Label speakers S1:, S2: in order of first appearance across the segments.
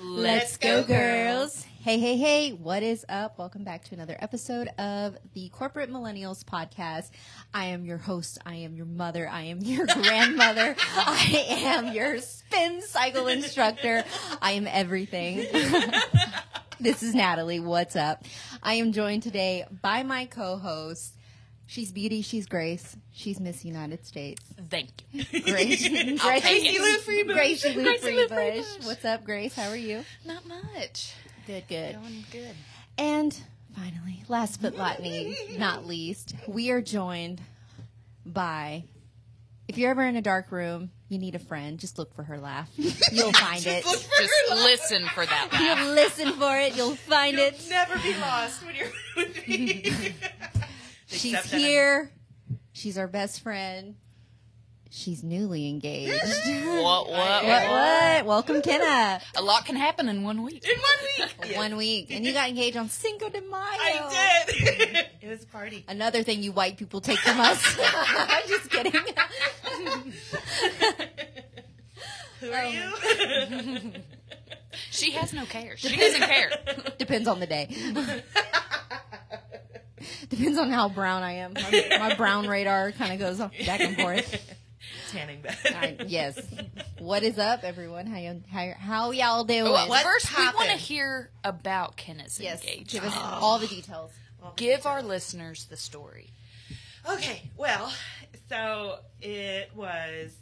S1: Let's go, girls.
S2: Hey, hey, hey, what is up? Welcome back to another episode of the Corporate Millennials Podcast. I am your host. I am your mother. I am your grandmother. I am your spin cycle instructor. I am everything. this is Natalie. What's up? I am joined today by my co host. She's beauty. She's grace. She's Miss United States.
S1: Thank you.
S2: Grace, Grace,
S1: I'll take it.
S2: Gracie Lou
S1: Gracie Lou
S2: Freebush.
S1: Freebush.
S2: What's up, Grace? How are you?
S1: Not much.
S2: Good, good.
S1: Going good.
S2: And finally, last but not me- not least, we are joined by. If you're ever in a dark room, you need a friend. Just look for her laugh. You'll find it.
S1: Just listen for that. laugh.
S2: You'll listen for it. You'll find it.
S3: Never be lost when you're with me.
S2: She's
S3: Except that I'm-
S2: here. She's our best friend. She's newly engaged.
S1: What, what,
S2: what?
S1: what?
S2: What? Welcome, Kenna.
S1: A lot can happen in one week.
S3: In one week. Yes,
S2: One week, and you got engaged on Cinco de Mayo.
S3: I did. it was a party.
S2: Another thing you white people take from us. Just kidding.
S3: Who are
S2: Um,
S3: you?
S1: She has no care. She doesn't care.
S2: Depends on the day. Depends on how brown I am. My, my brown radar kind of goes back and forth.
S3: Tanning bed.
S2: I, yes. What is up, everyone? How you how, how y'all doing?
S1: Well,
S3: What
S1: first,
S3: happened?
S1: we want to hear about Kenneth's
S2: yes. Give
S1: engagement.
S2: us all the details.
S1: Oh. Give our listeners the story.
S3: Okay, well, so it was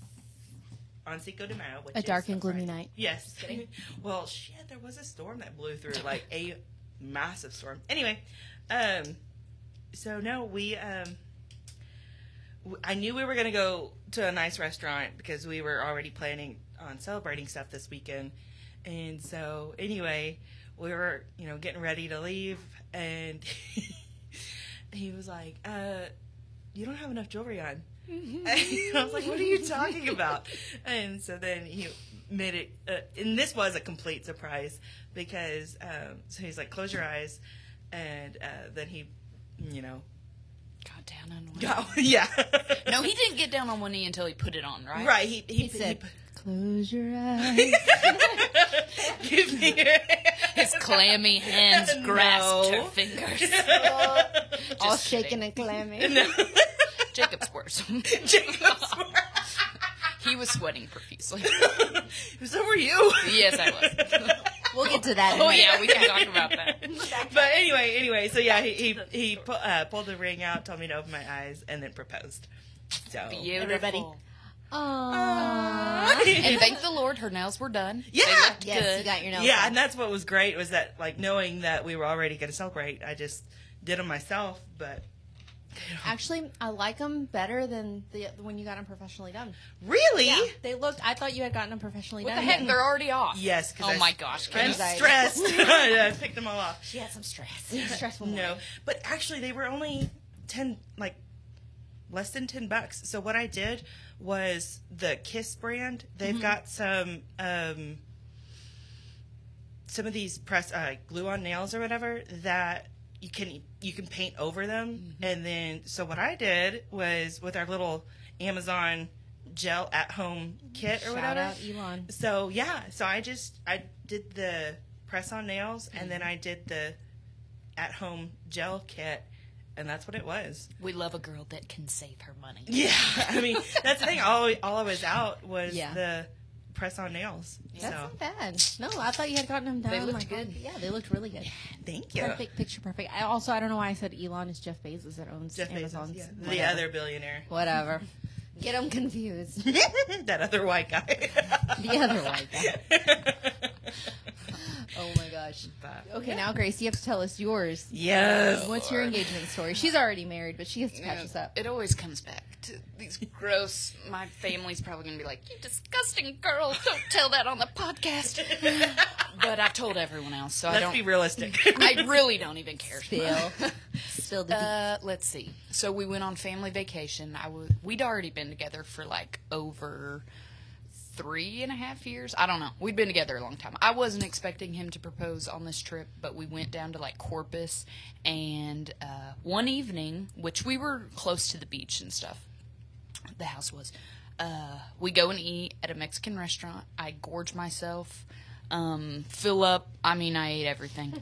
S3: on Cinco de Mayo. Which
S2: A dark
S3: is
S2: and gloomy
S3: Friday.
S2: night.
S3: Yes.
S2: kidding.
S3: well, shit, there was a storm that blew through, like a massive storm. Anyway, um, so no, we, um, w- I knew we were going to go to a nice restaurant because we were already planning on celebrating stuff this weekend. And so, anyway, we were, you know, getting ready to leave, and he was like, uh, you don't have enough jewelry on. And I was like, what are you talking about? And so then he made it, uh, and this was a complete surprise because, um, so he's like, close your eyes. And uh, then he, you know,
S1: Got down on one
S3: got, yeah.
S1: No, he didn't get down on one knee until he put it on, right?
S3: Right. He, he,
S2: He said,
S3: put-
S2: "Close your eyes."
S3: give me your
S1: His clammy hands
S3: No.
S1: grasped her fingers.
S2: all
S1: Just kidding.
S2: shaking and clammy.
S1: Jacob's worse.
S3: Jacob's work.
S1: he was sweating profusely.
S3: so were you.
S1: Yes, I was.
S2: We'll get to that. in a
S1: Oh
S2: minute.
S1: yeah, we can talk about that.
S3: But anyway, anyway, so yeah, he he, he pu- uh, pulled the ring out, told me to open my eyes, and then proposed. So
S1: Beautiful.
S2: Everybody. Aww.
S1: And thank the Lord, her nails were done.
S3: Yeah.
S1: They looked
S2: Yes,
S1: good.
S2: you got your nails.
S3: yeah,
S2: done.
S3: and that's what was great was that like knowing that we were already going to celebrate, I just did them myself. But
S2: Actually, I like them better than the the when you got them professionally done.
S3: really,
S2: Yeah, they looked. I thought you had gotten them professionally
S1: What the
S2: done.
S1: heck? They're already off.
S3: Yes, 'cause
S1: Oh
S3: I-
S1: my gosh. Can
S3: I'm
S1: you-
S2: Anxiety.
S3: stressed. I picked them all off.
S2: She had some stress. Stressful.
S3: No,
S2: morning.
S3: but actually, they were only ten, like less than ten bucks. So what I did was the Kiss brand. They've
S2: Mm-hmm.
S3: got some um, some of these press uh, glue on nails or whatever that you can e, you can paint over them,
S2: Mm-hmm.
S3: and then so what I did was with our little Amazon gel at home kit or
S2: Shout
S3: whatever.
S2: out Elon.
S3: So yeah, so I just I did the press on nails
S2: Mm-hmm.
S3: and then I did the at home gel kit and that's what it was.
S1: We love a girl that can save her money.
S3: Yeah, I mean that's the thing. All all I was out was
S2: Yeah.
S3: the press on nails.
S2: That's
S3: so
S2: not bad. No, I thought you had gotten them done.
S1: They looked
S2: like,
S1: good.
S2: Yeah, they looked really good.
S3: thank you,
S2: Perfect picture, perfect. I also, I don't know why I said Elon is Jeff Bezos that owns
S3: Jeff Bezos,
S2: Amazon's.
S3: yeah, the
S2: whatever.
S3: other billionaire,
S2: Whatever. Get them confused.
S3: that other white guy.
S2: The other white guy. Oh my gosh.
S3: But-
S2: Okay, now Grace, you have to tell us yours.
S3: yes.
S2: What's your engagement story? She's already married, but she has to catch us up.
S1: It always comes back to these gross. My family's probably going to be like, "You disgusting girl! Don't tell that on the podcast." but I've told everyone else, so I
S3: Let's
S1: don't.
S3: be realistic.
S1: I really don't even care.
S2: Spill. Spill the tea.
S1: Uh, let's see. So we went on family vacation. I was we'd already been together for like over three and a half years. I don't know. We'd been together a long time. I wasn't expecting him to propose on this trip, but we went down to like Corpus, and uh, one evening, which we were close to the beach and stuff, the house was. Uh, we go and eat at a Mexican restaurant. I gorge myself. um, fill up. I mean, I ate everything.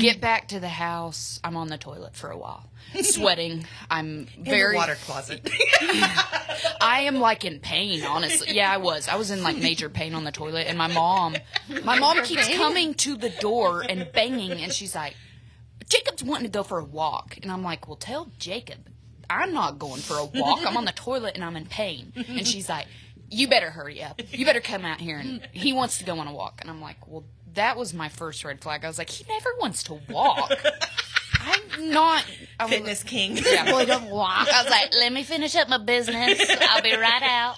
S1: Get back to the house. I'm on the toilet for a while, sweating. I'm very
S3: in the water closet.
S1: I am like in pain, honestly. Yeah, I was. I was in like major pain on the toilet, and my mom, my mom keeps coming to the door and banging, and she's like, "Jacob's wanting to go for a walk," and I'm like, "Well, tell Jacob, I'm not going for a walk. I'm on the toilet and I'm in pain," and she's like, "You better hurry up. You better come out here." And he wants to go on a walk, and I'm like, "Well, that was my first red flag." I was like, "He never wants to walk." I'm not I was-
S3: Fitness king.
S1: Yeah.
S2: Boy, don't walk.
S1: I was like, let me finish up my business. I'll be right out.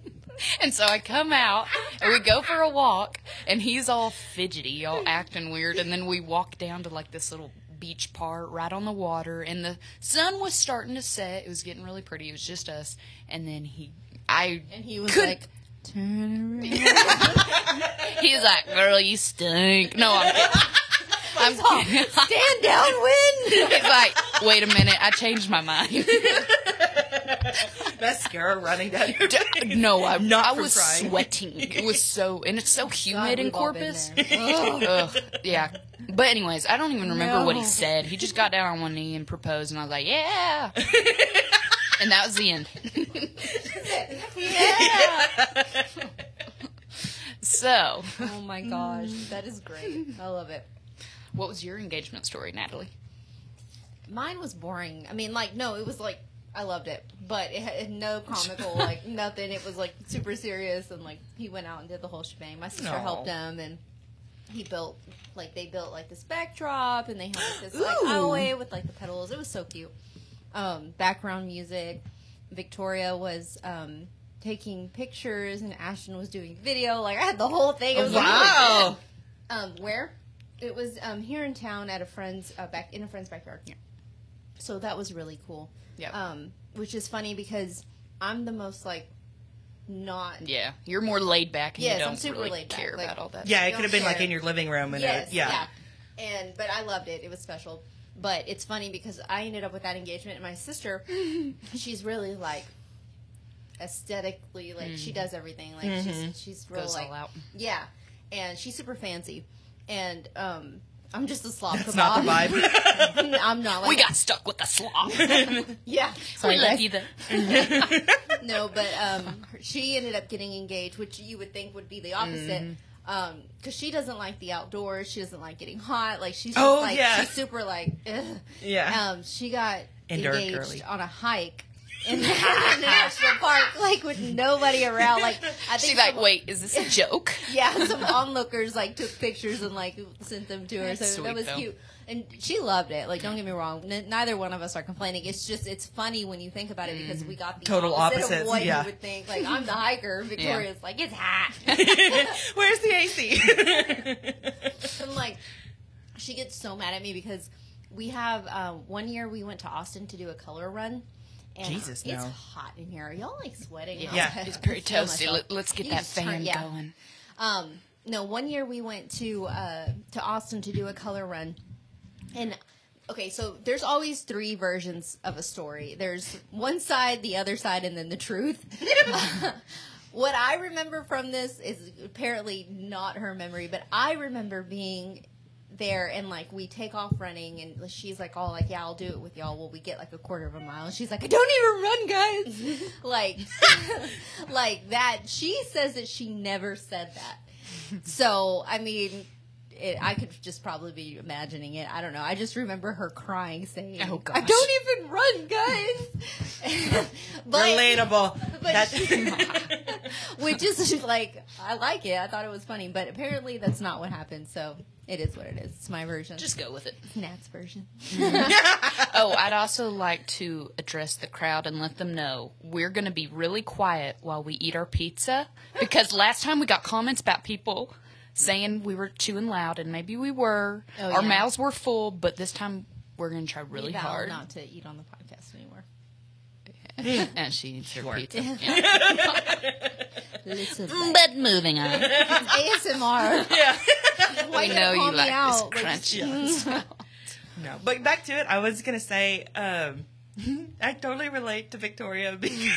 S1: and so I come out and we go for a walk and he's all fidgety, all acting weird. And then we walk down to like this little beach part right on the water and the sun was starting to set. It was getting really pretty. It was just us. And then he, I,
S2: And he was
S1: Could-
S2: like, turn around.
S1: he was like, girl, you stink. No, I'm kidding. I'm kidding.
S2: Stand downwind.
S1: He's like, wait a minute, I changed my mind.
S3: Mascara running down your face.
S1: No, I,
S3: Not
S1: I
S3: for
S1: was
S3: crying.
S1: sweating. It was so, and it's so humid in
S2: we've all been
S1: Corpus.
S2: there. Ugh.
S1: Ugh, yeah. But anyways, I don't even remember what he
S2: No.
S1: said. He just got down on one knee and proposed, and I was like, yeah. and that was the end.
S2: yeah.
S1: So,
S2: Oh my gosh, that is great. I love it.
S1: what was your engagement story, Natalie?
S2: Mine was boring. I mean, like, no, it was like I loved it, but it had no comical, like nothing. It was like super serious, and like he went out and did the whole shebang. My sister
S3: Aw.
S2: helped him, and he built like they built like this backdrop, and they had like, this like
S3: Ooh.
S2: hallway with like the petals. It was so cute. Um, background music. Victoria was um, taking pictures, and Ashton was doing video. Like I had the whole thing. It was like,
S3: Wow.
S2: um, where it was um, here in town at a friend's uh, back in a friend's backyard.
S1: Yeah.
S2: So that was really cool.
S1: Yep.
S2: Um, which is funny because I'm the most like not.
S1: Yeah, you're more laid back and
S2: Yes,
S1: you
S2: I'm
S1: don't
S2: super
S1: really
S2: laid back,
S1: care
S2: like-
S1: about all that.
S3: Yeah, it could have been like
S2: Don't
S3: in your living room. And
S2: Yes.
S3: it, yeah.
S2: yeah. And but I loved it. It was special. But it's funny because I ended up with that engagement, and my sister, she's really like aesthetically like she does everything like she's she's real
S1: Mm-hmm. Goes
S2: like
S1: all out.
S2: yeah, and she's super fancy, and um, I'm just a slob.
S3: It's not the
S2: kebab.
S3: vibe.
S2: I'm not like
S1: We got stuck with the slop.
S2: yeah.
S1: we
S2: guys.
S1: lucky that.
S2: No, but um, she ended up getting engaged, which you would think would be the opposite. Um, cause she doesn't like the outdoors. She doesn't like getting hot. Like she's just
S3: Oh,
S2: like,
S3: yeah.
S2: she's super like, ugh.
S3: Yeah.
S2: Um, she got
S3: Indoor
S2: engaged
S3: girly.
S2: on a hike in the national park, like with nobody around. Like I think
S1: She's like,
S2: some-
S1: wait, is this a joke?
S2: yeah, some onlookers like took pictures and like sent them to her. So
S1: That's sweet,
S2: that was
S1: though.
S2: cute, and she loved it. Like, don't get me wrong, n- neither one of us are complaining. It's just it's funny when you think about it
S1: Mm.
S2: because we got the
S3: Total
S2: opposite of
S3: opposites,
S2: what
S3: yeah.
S2: you would think. Like, I'm the hiker. Victoria's like, it's hot.
S3: Where's the AC?
S2: and like, she gets so mad at me because we have uh, one year we went to Austin to do a color run. And
S3: Jesus,
S2: it's
S3: no.
S2: hot in here. Y'all like sweating.
S1: Yeah.
S3: Yeah.
S2: I
S1: It's pretty
S2: feel
S1: toasty.
S2: myself.
S1: Let, let's get
S2: You
S1: that
S2: just turn-
S1: fan
S2: yeah.
S1: going.
S2: Um, no, one year we went to uh, to Austin to do a color run, and okay, so there's always three versions of a story. There's one side, the other side, and then the truth. what I remember from this is apparently not her memory, but I remember being there and like we take off running and she's like all like yeah I'll do it with y'all well we get like a quarter of a mile and she's like I don't even run guys like like that she says that she never said that so I mean it, I could just probably be imagining it I don't know I just remember her crying saying
S1: Oh,
S2: I
S1: gosh.
S2: don't even run guys but
S3: Relatable.
S2: but
S3: That-
S2: which is like I like it. I thought it was funny, but apparently that's not what happened. So it is what it is. It's my version.
S1: Just go with it.
S2: Nat's version.
S1: Oh, I'd also like to address the crowd and let them know we're going to be really quiet while we eat our pizza because last time we got comments about people saying we were chewing loud, and maybe we were.
S2: Oh,
S1: our
S2: yeah.
S1: mouths were full, but this time we're going to try
S2: We
S1: really
S2: vow
S1: hard.
S2: not to eat on the podcast anymore.
S1: And she eats her
S3: Sure.
S1: pizza. Yeah.
S2: Listen,
S1: but moving on,
S2: ASMR.
S3: yeah.
S2: Why
S1: we
S2: you
S1: know
S2: gotta call
S1: you
S2: me
S1: like
S2: out?
S1: this
S2: Like,
S1: crunchy.
S3: No, but back to it. I was gonna say, um, I totally relate to Victoria because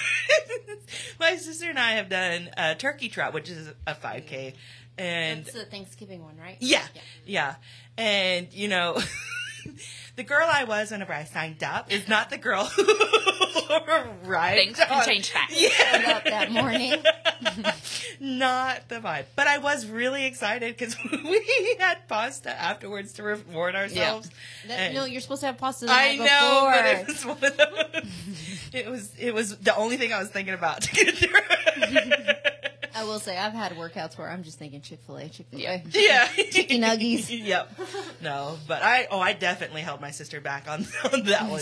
S3: my sister and I have done a turkey trot, which is a 5K and
S2: That's the Thanksgiving one, right?
S3: yeah, yeah, and you know, the girl I was whenever I signed up is not the girl.
S1: Uh-huh.
S3: right.
S1: Things can change fast.
S2: Showed up that morning.
S3: Not the vibe. But I was really excited because we had pasta afterwards to reward ourselves.
S2: That-
S3: And-
S2: no, you're supposed to have pasta the
S3: I
S2: night
S3: know, but it
S2: before.
S3: was one of those. It was it was the only thing I was thinking about to get through.
S2: I will say I've had workouts where I'm just thinking Chick Fil A, Chick Fil A.
S1: Yeah.
S3: yeah,
S2: Chicken nuggies.
S3: yep. No, but I oh I definitely held my sister back on, on that one.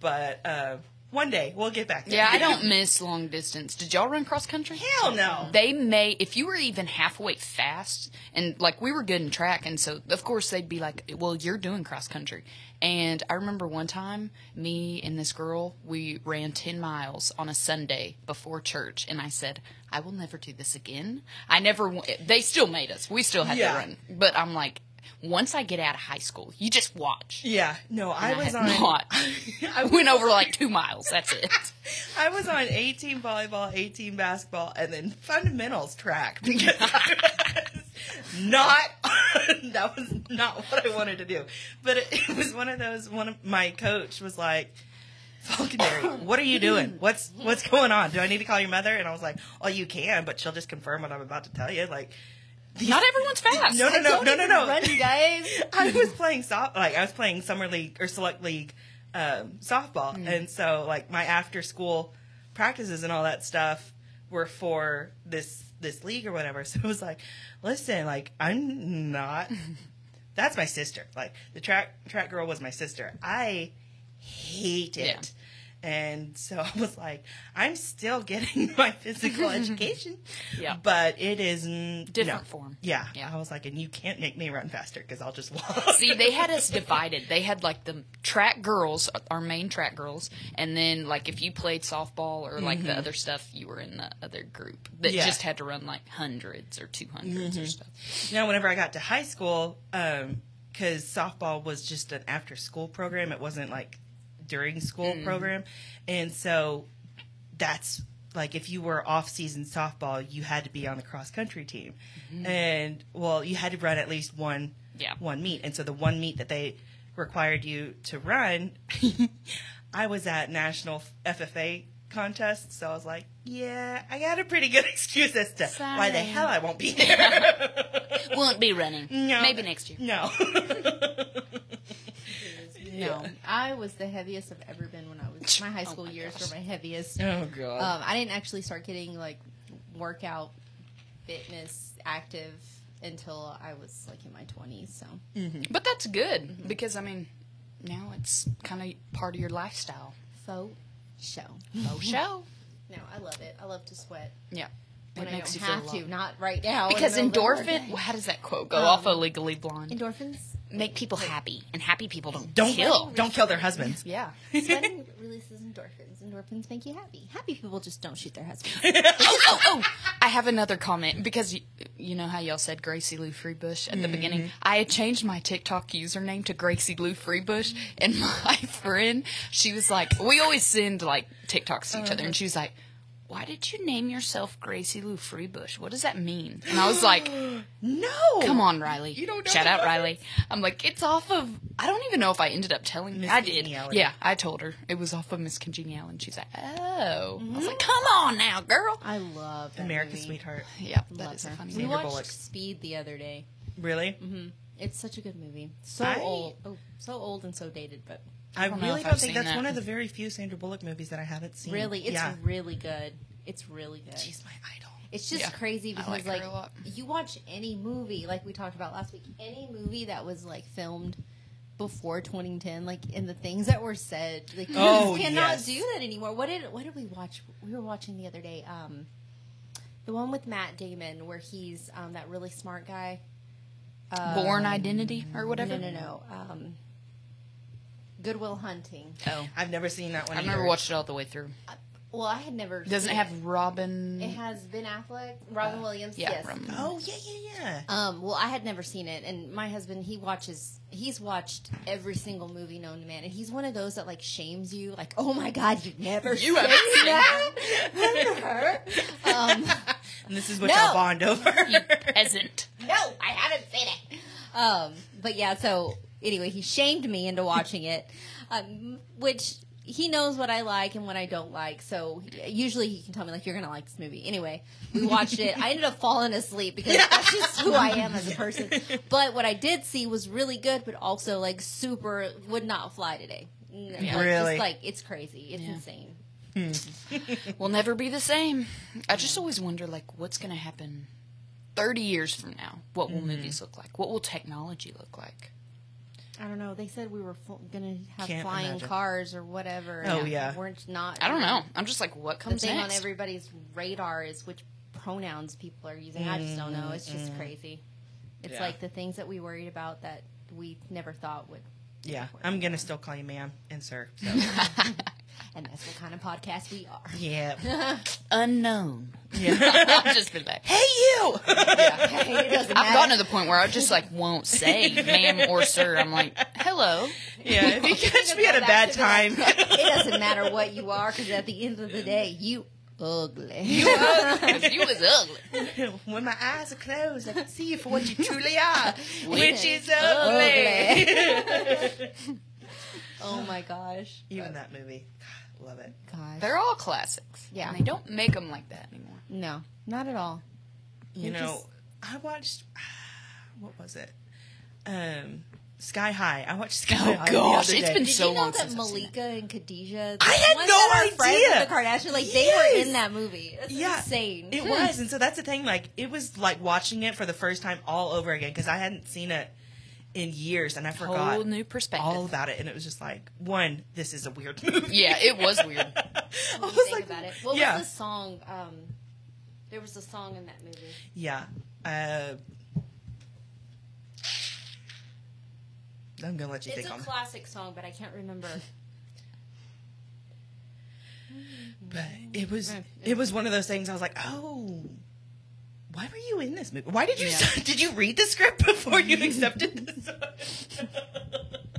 S3: But uh, one day we'll get back. There.
S1: Yeah, I don't miss long distance. Did y'all run cross country?
S3: Hell no.
S1: They may, if you were even halfway fast, and like we were good in track, and so of course they'd be like, "Well, you're doing cross country." And I remember one time, me and this girl, we ran ten miles on a Sunday before church, and I said, "I will never do this again." I never. w- They still made us. We still had
S3: Yeah.
S1: to run, but I'm like, once I get out of high school, you just watch.
S3: Yeah, no, I
S1: I
S3: was
S1: had
S3: on.
S1: not.
S3: I
S1: I went over like two miles. That's it.
S3: I was on 18 volleyball, 18 basketball, and then fundamentals track. because I was not that was not what I wanted to do. But it, it was one of those. One of my coach was like, "Falconberry, what are you doing? What's what's going on? Do I need to call your mother?" And I was like, "Oh, you can, but she'll just confirm what I'm about to tell you." Like,
S1: Not everyone's fast.
S3: no, no,
S2: Don't
S3: no, no, no,
S2: even
S3: no.
S2: Run, you guys.
S3: I was playing soft, like I was playing summer league or select league um, softball,
S1: Mm.
S3: and so like my after school practices and all that stuff were for this this league or whatever. So it was like, listen, like I'm not. That's my sister. Like the track track girl was my sister. I hate it.
S1: Yeah.
S3: And so I was like, I'm still getting my physical education,
S1: Yeah.
S3: but it is n-
S1: Different
S3: no.
S1: form.
S3: Yeah.
S1: Yeah.
S3: I was like, and you can't make me run faster because I'll just walk.
S1: See, they had us divided. They had like the track girls, our main track girls, and then like if you played softball or like
S2: Mm-hmm.
S1: the other stuff, you were in the other group that
S3: Yeah.
S1: just had to run like hundreds or 200s
S2: Mm-hmm.
S1: or stuff.
S3: now, whenever I got to high school, because softball was just an after school program, it wasn't like during school program. And so that's like if you were off season softball, you had to be on the cross country team. And well, you had to run at least one
S1: Yeah.
S3: one meet. And so the one meet that they required you to run, I was at national FFA contest, so I was like, yeah, I got a pretty good excuse as to why the
S1: Sorry.
S3: hell I won't be there.
S1: Won't be running.
S3: No.
S1: Maybe next
S2: Mm-hmm.
S1: year.
S3: no.
S2: No, I was the heaviest I've ever been when I was my high school
S1: Oh my
S2: years
S1: gosh.
S2: were my heaviest.
S3: Oh god.
S2: Um, I didn't actually start getting like workout, fitness, active until I was like in my twenties. So
S1: But that's good because I mean, now it's kind of part of your lifestyle.
S2: faux show.
S1: Oh, show.
S2: No, I love it. I love to sweat
S1: Yeah.
S2: when
S1: it
S2: I
S1: makes
S2: don't
S1: you feel
S2: have
S1: alive.
S2: to. Not right now. in the
S1: Because
S2: middle of the
S1: endorphin,
S2: workday.
S1: how does that quote go
S2: Um,
S1: off of Legally Blonde?
S2: endorphins.
S1: Make people happy, and happy people don't,
S3: don't
S1: kill.
S3: don't kill their husbands.
S1: Yeah.
S2: Sweating releases endorphins. Endorphins make you happy. Happy people just don't shoot their husbands.
S1: oh, oh, oh. I have another comment because you, you know how y'all said Gracie Lou Freebush at
S3: Mm-hmm.
S1: the beginning. I had changed my TikTok username to Gracie Lou Freebush, and my friend, she was like, we always send like TikToks to each other, and she was like, why did you name yourself Gracie Lou Freebush? What does that mean? And I was like,
S3: No.
S1: Come on, Riley.
S3: You don't know
S1: Shout out,
S3: about
S1: Riley. I'm like, it's off of. I don't even know if I ended up telling.
S3: Miss
S1: I did.
S3: Congeniality.
S1: Yeah, I told her it was off of Miss Congeniality. And she's like, oh. I was
S3: Mm-hmm.
S1: like, come on now, girl.
S2: I love that
S3: America's
S2: movie.
S3: sweetheart.
S1: Yeah,
S2: Love
S1: that is a
S2: her.
S1: funny
S2: We
S1: one.
S3: Sandra
S2: watched
S3: Bullock.
S2: Speed the other day.
S3: Really?
S1: Mm-hmm.
S2: It's such a good movie. So
S3: I-
S2: old, oh, so old and so dated, but
S3: I,
S1: don't know
S3: really
S1: if
S3: don't
S1: I've
S3: think
S1: seen
S3: that's
S1: that.
S3: one of the very few Sandra Bullock movies that I haven't seen.
S2: really, it's
S3: yeah.
S2: really good. It's really good.
S3: She's my idol.
S2: It's just
S1: Yeah.
S2: crazy
S1: I
S2: because
S1: like her
S2: like,
S1: a lot.
S2: you watch any movie, like we talked about last week, any movie that was like filmed before 2010, like and the things that were said, like you
S3: Oh,
S2: just cannot
S3: yes.
S2: do that anymore. What did what did we watch? We were watching the other day, um, the one with Matt Damon where he's um, that really smart guy.
S1: Born Identity or whatever.
S2: No, no, no. Um, Goodwill Hunting. Uh,
S1: Oh,
S3: I've never seen that one.
S1: I've
S3: either.
S1: never watched it all the way through.
S2: Well, I had never.
S1: Doesn't it
S2: seen
S1: have Robin?
S2: It, It has Ben Affleck, Robin Williams.
S1: yeah,
S2: yes.
S1: Robin.
S3: Oh yeah, yeah, yeah.
S2: Um, well, I had never seen it, and my husband he watches. He's watched every single movie known to man, and he's one of those that like shames you, like, "Oh my God, you never
S1: You
S2: seen
S1: haven't seen
S2: that." Remember her? Um,
S3: And this is what
S2: No.
S3: y'all bond over.
S1: You peasant.
S2: No, I haven't seen it. Um, but yeah, so anyway, he shamed me into watching it, um, which he knows what I like and what I don't like. So usually he can tell me like, "You're gonna like this movie." Anyway, we watched it. I ended up falling asleep because that's just who I am as a person. But what I did see was really good, but also like super would not fly today. N- like,
S3: Really?
S2: just, like it's crazy. It's insane.
S1: We'll never be the same. I just always wonder, like, what's going to happen 30 years from now? What will movies look like? What will technology look like?
S2: I don't know. They said we were fl- gonna have
S3: Can't
S2: flying
S3: imagine.
S2: cars or whatever.
S3: Oh,
S2: and
S3: yeah.
S2: we're not.
S1: I don't know. I'm just like, what
S2: the
S1: comes
S2: thing on
S1: next?
S2: everybody's radar is which pronouns people are using. I just don't know. It's just crazy. It's
S3: Yeah.
S2: like the things that we worried about that we never thought would,
S3: yeah, I'm gonna still call you ma'am and sir. So.
S2: and that's what kind of podcast we are.
S3: yeah.
S1: Unknown.
S3: yeah.
S1: I've just been like,
S3: hey you.
S2: it doesn't
S1: I've
S2: matter.
S1: gotten to the point where I just like won't say ma'am or sir. I'm like, hello.
S3: yeah. If you catch me at a
S2: Go
S3: bad
S2: back
S3: time.
S2: to that. it doesn't matter what you are, because at the end of the day, you ugly.
S1: If you was ugly.
S3: when my eyes are closed, I can see you for what you truly are, which
S1: Which
S3: is
S1: is
S3: ugly.
S2: oh my gosh.
S3: Even that movie, God, love it.
S2: Gosh.
S1: They're all classics.
S2: Yeah.
S1: And they don't make them like that anymore.
S2: no, not at all.
S3: You
S2: They're
S3: know, I watched what was it? Um, Sky High. I watched Sky
S1: Oh,
S3: High. the
S1: gosh,
S3: other
S1: it's
S3: day.
S1: been
S2: Did
S1: so
S2: you know
S1: long
S2: that
S1: since I've seen
S2: Malika and Khadijah?
S3: I had
S2: ones
S3: no
S2: that are friends
S3: idea.
S2: with The Kardashians, like they
S3: Yes.
S2: were in that movie. That's
S3: Yeah,
S2: insane. Hmm.
S3: It was, and so that's the thing. Like it was like watching it for the first time all over again because I hadn't seen it in years, and I forgot
S1: Whole new perspective.
S3: all about it. And it was just like, one, this is a weird movie.
S1: yeah, it was weird.
S3: I
S2: What
S3: was
S2: do you think
S3: like,
S2: about it? What
S3: yeah,
S2: was the song? Um, there was a song in that movie.
S3: yeah. Uh, I'm gonna let you
S2: It's
S3: think
S2: a
S3: on.
S2: classic song, but I can't remember.
S3: But it was
S2: Mm.
S3: it was one of those things. I was like, oh, why were you in this movie? Why did you
S1: Yeah.
S3: did you read the script before you accepted this?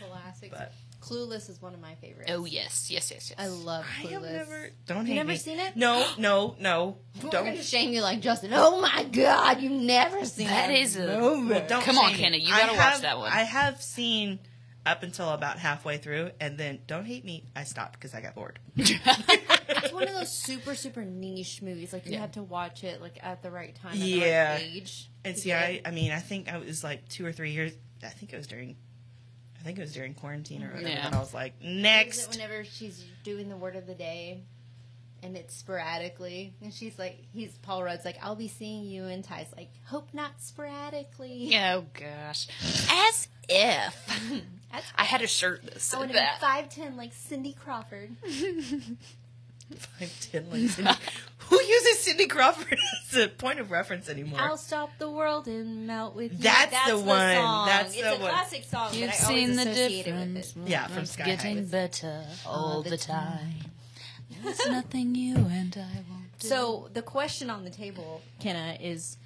S2: Classic.
S3: But-
S2: Clueless is one of my favorites.
S1: Oh, yes. Yes, yes, yes.
S2: I love
S3: I
S2: Clueless.
S3: have never. Don't
S2: You
S3: hate
S2: never
S3: me.
S2: seen it?
S3: No, no, no.
S2: We're
S3: don't.
S2: gonna shame you like Justin. Oh my God, you've never seen
S1: That
S2: it.
S1: is a.
S3: Well, don't
S1: Come on,
S3: shame me.
S1: Kenna, you
S3: I
S1: gotta watch
S3: have-
S1: that one.
S3: I have seen up until about halfway through, and then don't hate me. I stopped because I got bored.
S2: It's one of those super super niche movies. Like you have to watch it like at the right time, at
S3: Yeah.
S2: the right age.
S3: And
S2: to
S3: see,
S2: get
S3: I,
S2: it.
S3: I mean, I think I was like two or three years. I think it was during. I think it was during quarantine or whatever.
S1: Yeah.
S3: that I was like,
S2: Is it
S3: next.
S2: whenever she's doing the word of the day, and it's sporadically, and she's like, he's Paul Rudd's like, I'll be seeing you, and Ty's like, hope not sporadically.
S1: Oh gosh. As if.
S2: That's-
S1: I had a shirt that
S2: I want
S1: said
S2: to be
S1: that.
S2: five ten like Cindy Crawford.
S3: Five ten, like Cindy. Who uses Cindy Crawford as a point of reference anymore?
S2: I'll stop the world and melt with you.
S3: That's the one.
S2: Song.
S3: That's
S2: it's
S3: the
S2: a
S3: one.
S2: classic song.
S1: You've
S2: but I always
S1: seen the
S2: associate it with
S1: difference.
S2: it.
S3: Yeah, from Sky
S1: Getting
S3: High.
S1: better all
S2: the
S1: the time. There's nothing you and I won't do.
S2: So the question on the table, Kenna, is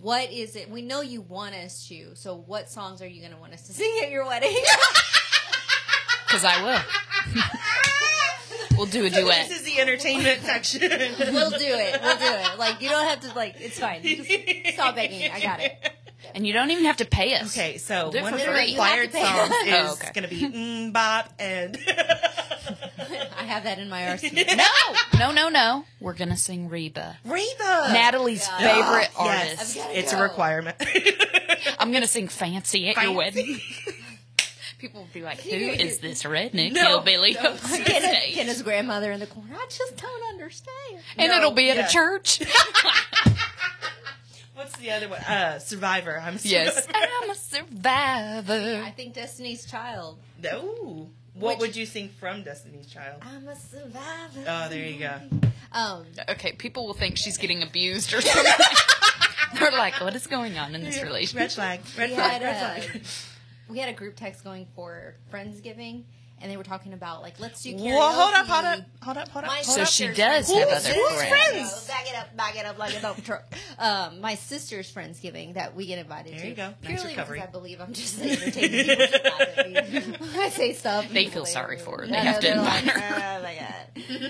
S2: what is it? We know you want us to. So what songs are you going to want us to sing at your wedding?
S1: Because I will. we'll do a duet.
S3: This is the entertainment section.
S2: we'll do it. We'll do it. Like you don't have to. Like it's fine. You just stop begging. I got it.
S1: And you don't even have to pay us.
S3: Okay, so
S1: They're
S3: one of
S1: for
S3: the
S1: free. You
S2: have
S3: required
S2: to pay.
S3: songs is
S1: Oh, okay.
S3: going to be mm, Bop and.
S2: I have that in my arsenal.
S1: No! No, no, no. We're going to sing Reba.
S3: Reba!
S1: Natalie's
S2: God.
S1: favorite
S3: Yes,
S1: artist.
S2: gotta
S3: it's a
S2: go.
S3: requirement.
S1: I'm going to sing Fancy at your wedding.
S3: Fancy.
S1: People will be like, who is this redneck
S3: No,
S1: hillbilly?
S3: don't.
S1: on stage?
S2: Kenna, Kenna's grandmother in the corner. I just don't understand.
S1: And
S3: No,
S1: it'll be at
S3: yeah.
S1: a church.
S3: What's the other one? Uh, Survivor. I'm a
S1: Yes.
S3: survivor.
S1: I'm a survivor.
S2: I think Destiny's Child.
S3: Ooh. What
S2: Which-
S3: would you sing from Destiny's Child?
S2: I'm a survivor.
S3: Oh, there you go.
S2: Um,
S1: Okay, people will think she's getting abused or something. They're like, what is going on in this relationship?
S3: Red flag. Red
S2: We
S3: flag.
S2: had,
S3: Red
S2: uh,
S3: flag.
S2: we had a group text going for Friendsgiving, and they were talking about like let's do karaoke.
S3: Well, hold up, hold up, hold up, hold up.
S2: My
S3: hold
S1: So
S3: up.
S1: she
S2: sister's
S1: does
S2: friends-
S1: have
S3: Who's-
S1: other
S3: who's
S1: friends.
S2: Oh,
S3: friends?
S2: back it up, back it up like a dump truck. Um, my sister's friendsgiving that we get invited
S3: There
S2: to.
S3: you go. Nice
S2: Purely
S3: recovery.
S2: because I believe I'm just entertaining people. to laugh at me. I say stuff. and
S1: They feel
S2: people laugh
S1: sorry
S2: at me.
S1: for her. They
S2: No,
S1: have to
S2: they're
S1: invite
S2: like,
S1: her.
S2: Oh my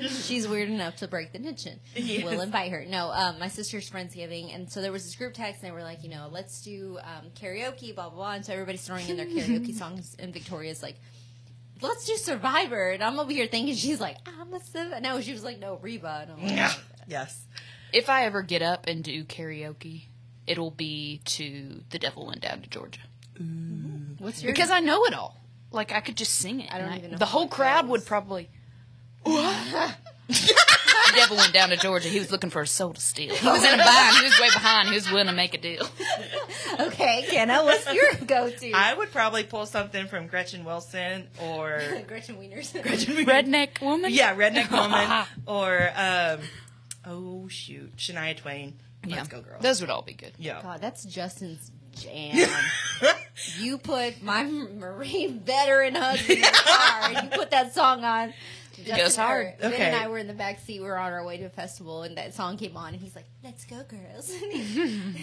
S2: god, she's weird enough to break the tension.
S3: Yes.
S2: We'll invite her. No, um, my sister's friendsgiving, and so there was this group text, and they were like, you know, let's do um, karaoke, blah blah blah, and so everybody's throwing in their karaoke songs, and Victoria's like let's do Survivor. And I'm over here thinking she's like, I'm a Survivor. No, she was like, no, Reba. And I'm like,
S3: Yeah. Yes.
S1: If I ever get up and do karaoke, it'll be to The Devil Went Down to Georgia.
S2: what's your
S1: Because I know it all. Like, I could just sing it.
S2: I don't
S1: and
S2: even know
S1: The
S2: how
S1: whole
S2: it
S1: crowd
S2: goes.
S1: would probably. the devil went down to Georgia. He was looking for a soul to steal. He was in a bind. He was way behind. He was willing to make a deal.
S2: okay, Kenna? What's your go-to?
S3: I would probably pull something from Gretchen Wilson or
S2: Gretchen Wieners.
S1: Redneck woman?
S3: yeah, Redneck Woman or um, oh shoot, Shania Twain. Let's
S1: Yeah.
S3: go, girl.
S1: Those would all be good.
S3: yeah.
S2: God, that's Justin's jam. you put my Marine veteran husband in the car. and You put that song on. Justin
S1: goes hard.
S2: or- Ben and
S3: Okay.
S2: I were in the back seat. We were on our way to a festival, and that song came on, and he's like, "Let's go, girls!"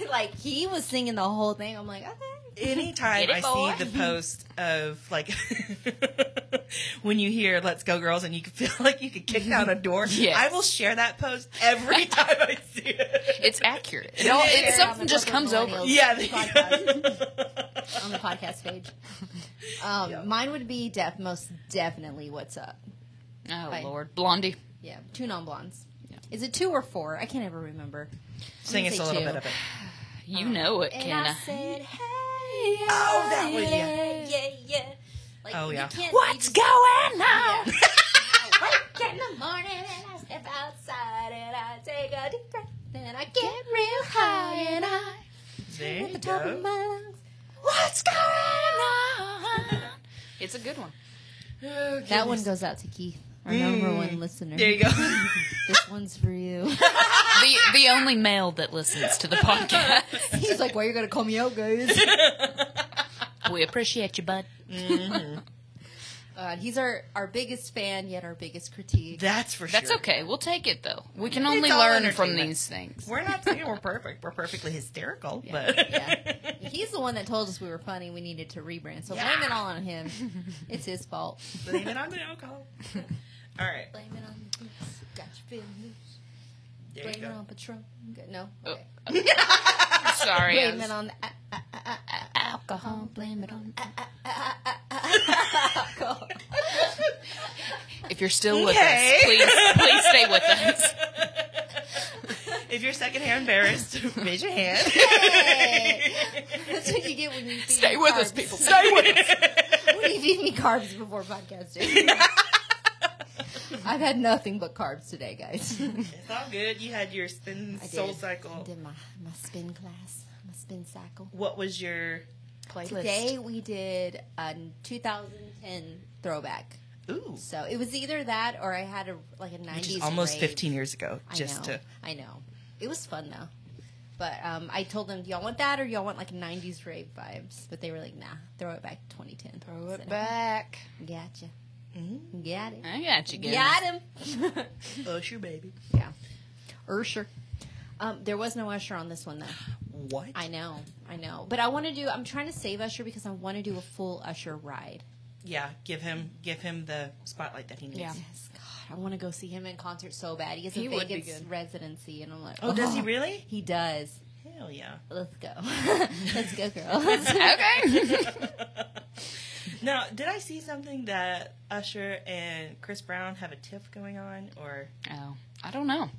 S2: like he was singing the whole thing. I'm like, okay.
S3: Anytime
S1: Get it,
S3: I
S1: boy.
S3: see the post of like when you hear "Let's go, girls" and you can feel like you could kick down a door,
S1: Yes.
S3: I will share that post every time I see it.
S1: It's accurate. It all, it,
S2: Yeah.
S1: something just comes over.
S3: yeah,
S2: on the podcast page. Um,
S3: Yeah.
S2: Mine would be def- most definitely what's up.
S1: Oh,
S2: Right.
S1: Lord. Blondie.
S2: Yeah, two non blondes.
S1: Yeah.
S2: Is it two or four? I can't ever remember.
S3: Sing us a little bit of it.
S1: You know it,
S2: And
S1: Kenna.
S2: I said, hey,
S3: Oh, that one,
S2: yeah,
S3: yeah.
S2: yeah, yeah. Like,
S3: Oh, yeah.
S2: You can't
S1: What's
S2: you
S1: going on?
S2: Yeah. I wake in the morning and I step outside and I take a deep breath and I get real high and I
S3: There
S2: at
S3: you
S2: the top of
S3: go.
S2: my lungs.
S1: What's going on? It's a good one.
S2: That one goes out to Keith, our number one listener.
S3: Mm. There you go.
S2: This one's for you.
S1: The the only male that listens to the podcast.
S2: He's like, why you gotta call me out, guys?
S1: We appreciate you, bud.
S3: Mm-hmm.
S2: God, Uh, he's our, our biggest fan, yet our biggest critique.
S3: That's for sure.
S1: That's okay. We'll take it though. We can only
S3: all
S1: learn from
S3: entertainment.
S1: these things.
S3: We're not saying we're perfect. We're perfectly hysterical, but
S2: Yeah. He's the one that told us we were funny. We needed to rebrand. So blame it all on him. It's his fault.
S3: blame it on the alcohol. All right,
S2: Blame it on the booze. Got your feelings.
S3: there you
S2: Blame it
S3: go.
S2: on Patron. Good- No.
S1: Oh.
S2: Okay.
S1: Sorry. I
S2: Blame
S1: was-
S2: it on the a- a- a- a-
S1: alcohol. Blame it on.
S2: alcohol.
S1: If you're still with
S3: Okay.
S1: us, please please stay with us.
S3: If you're secondhand embarrassed, raise your hand.
S2: That's what you get when you feed
S1: Stay
S2: me
S1: with
S2: carbs.
S1: us, people. Stay with us.
S2: When you feed me carbs before podcasting. I've had nothing but carbs today, guys.
S3: It's all good. You had your spin
S2: I
S3: soul
S2: did. I
S3: cycle.
S2: did my, my spin class, my spin cycle.
S3: What was your
S1: Playlist.
S2: Today we did a 2010 throwback.
S3: ooh?
S2: So it was either that or I had a like a 90s.
S3: Which is almost
S2: rave.
S3: 15 years ago.
S2: I
S3: Just
S2: know,
S3: to
S2: I know. It was fun though. But um, I told them, do y'all want that or y'all want like 90s rave vibes? But they were like, nah, throw it back to 2010.
S1: Throw
S2: So,
S1: it back.
S2: Gotcha. Got it.
S1: I got you
S2: Got
S1: guys.
S2: him.
S3: Usher baby.
S2: yeah. Ursher. Um, there was no Usher on this one though.
S3: What?
S2: I know, I know. But I want to do. I'm trying to save Usher because I want to do a full Usher ride.
S3: yeah, give him give him the spotlight that he needs.
S1: Yeah.
S2: Yes, God, I want to go see him in concert so bad. He has a
S1: He would be
S2: Vegas
S1: good.
S2: residency, and I'm like,
S3: Oh, does he really?
S2: He does.
S3: Hell yeah.
S2: Let's go. Let's go, girls.
S1: Okay.
S3: Now, did I see something that Usher and Chris Brown have a tiff going on, or
S1: oh, I don't know.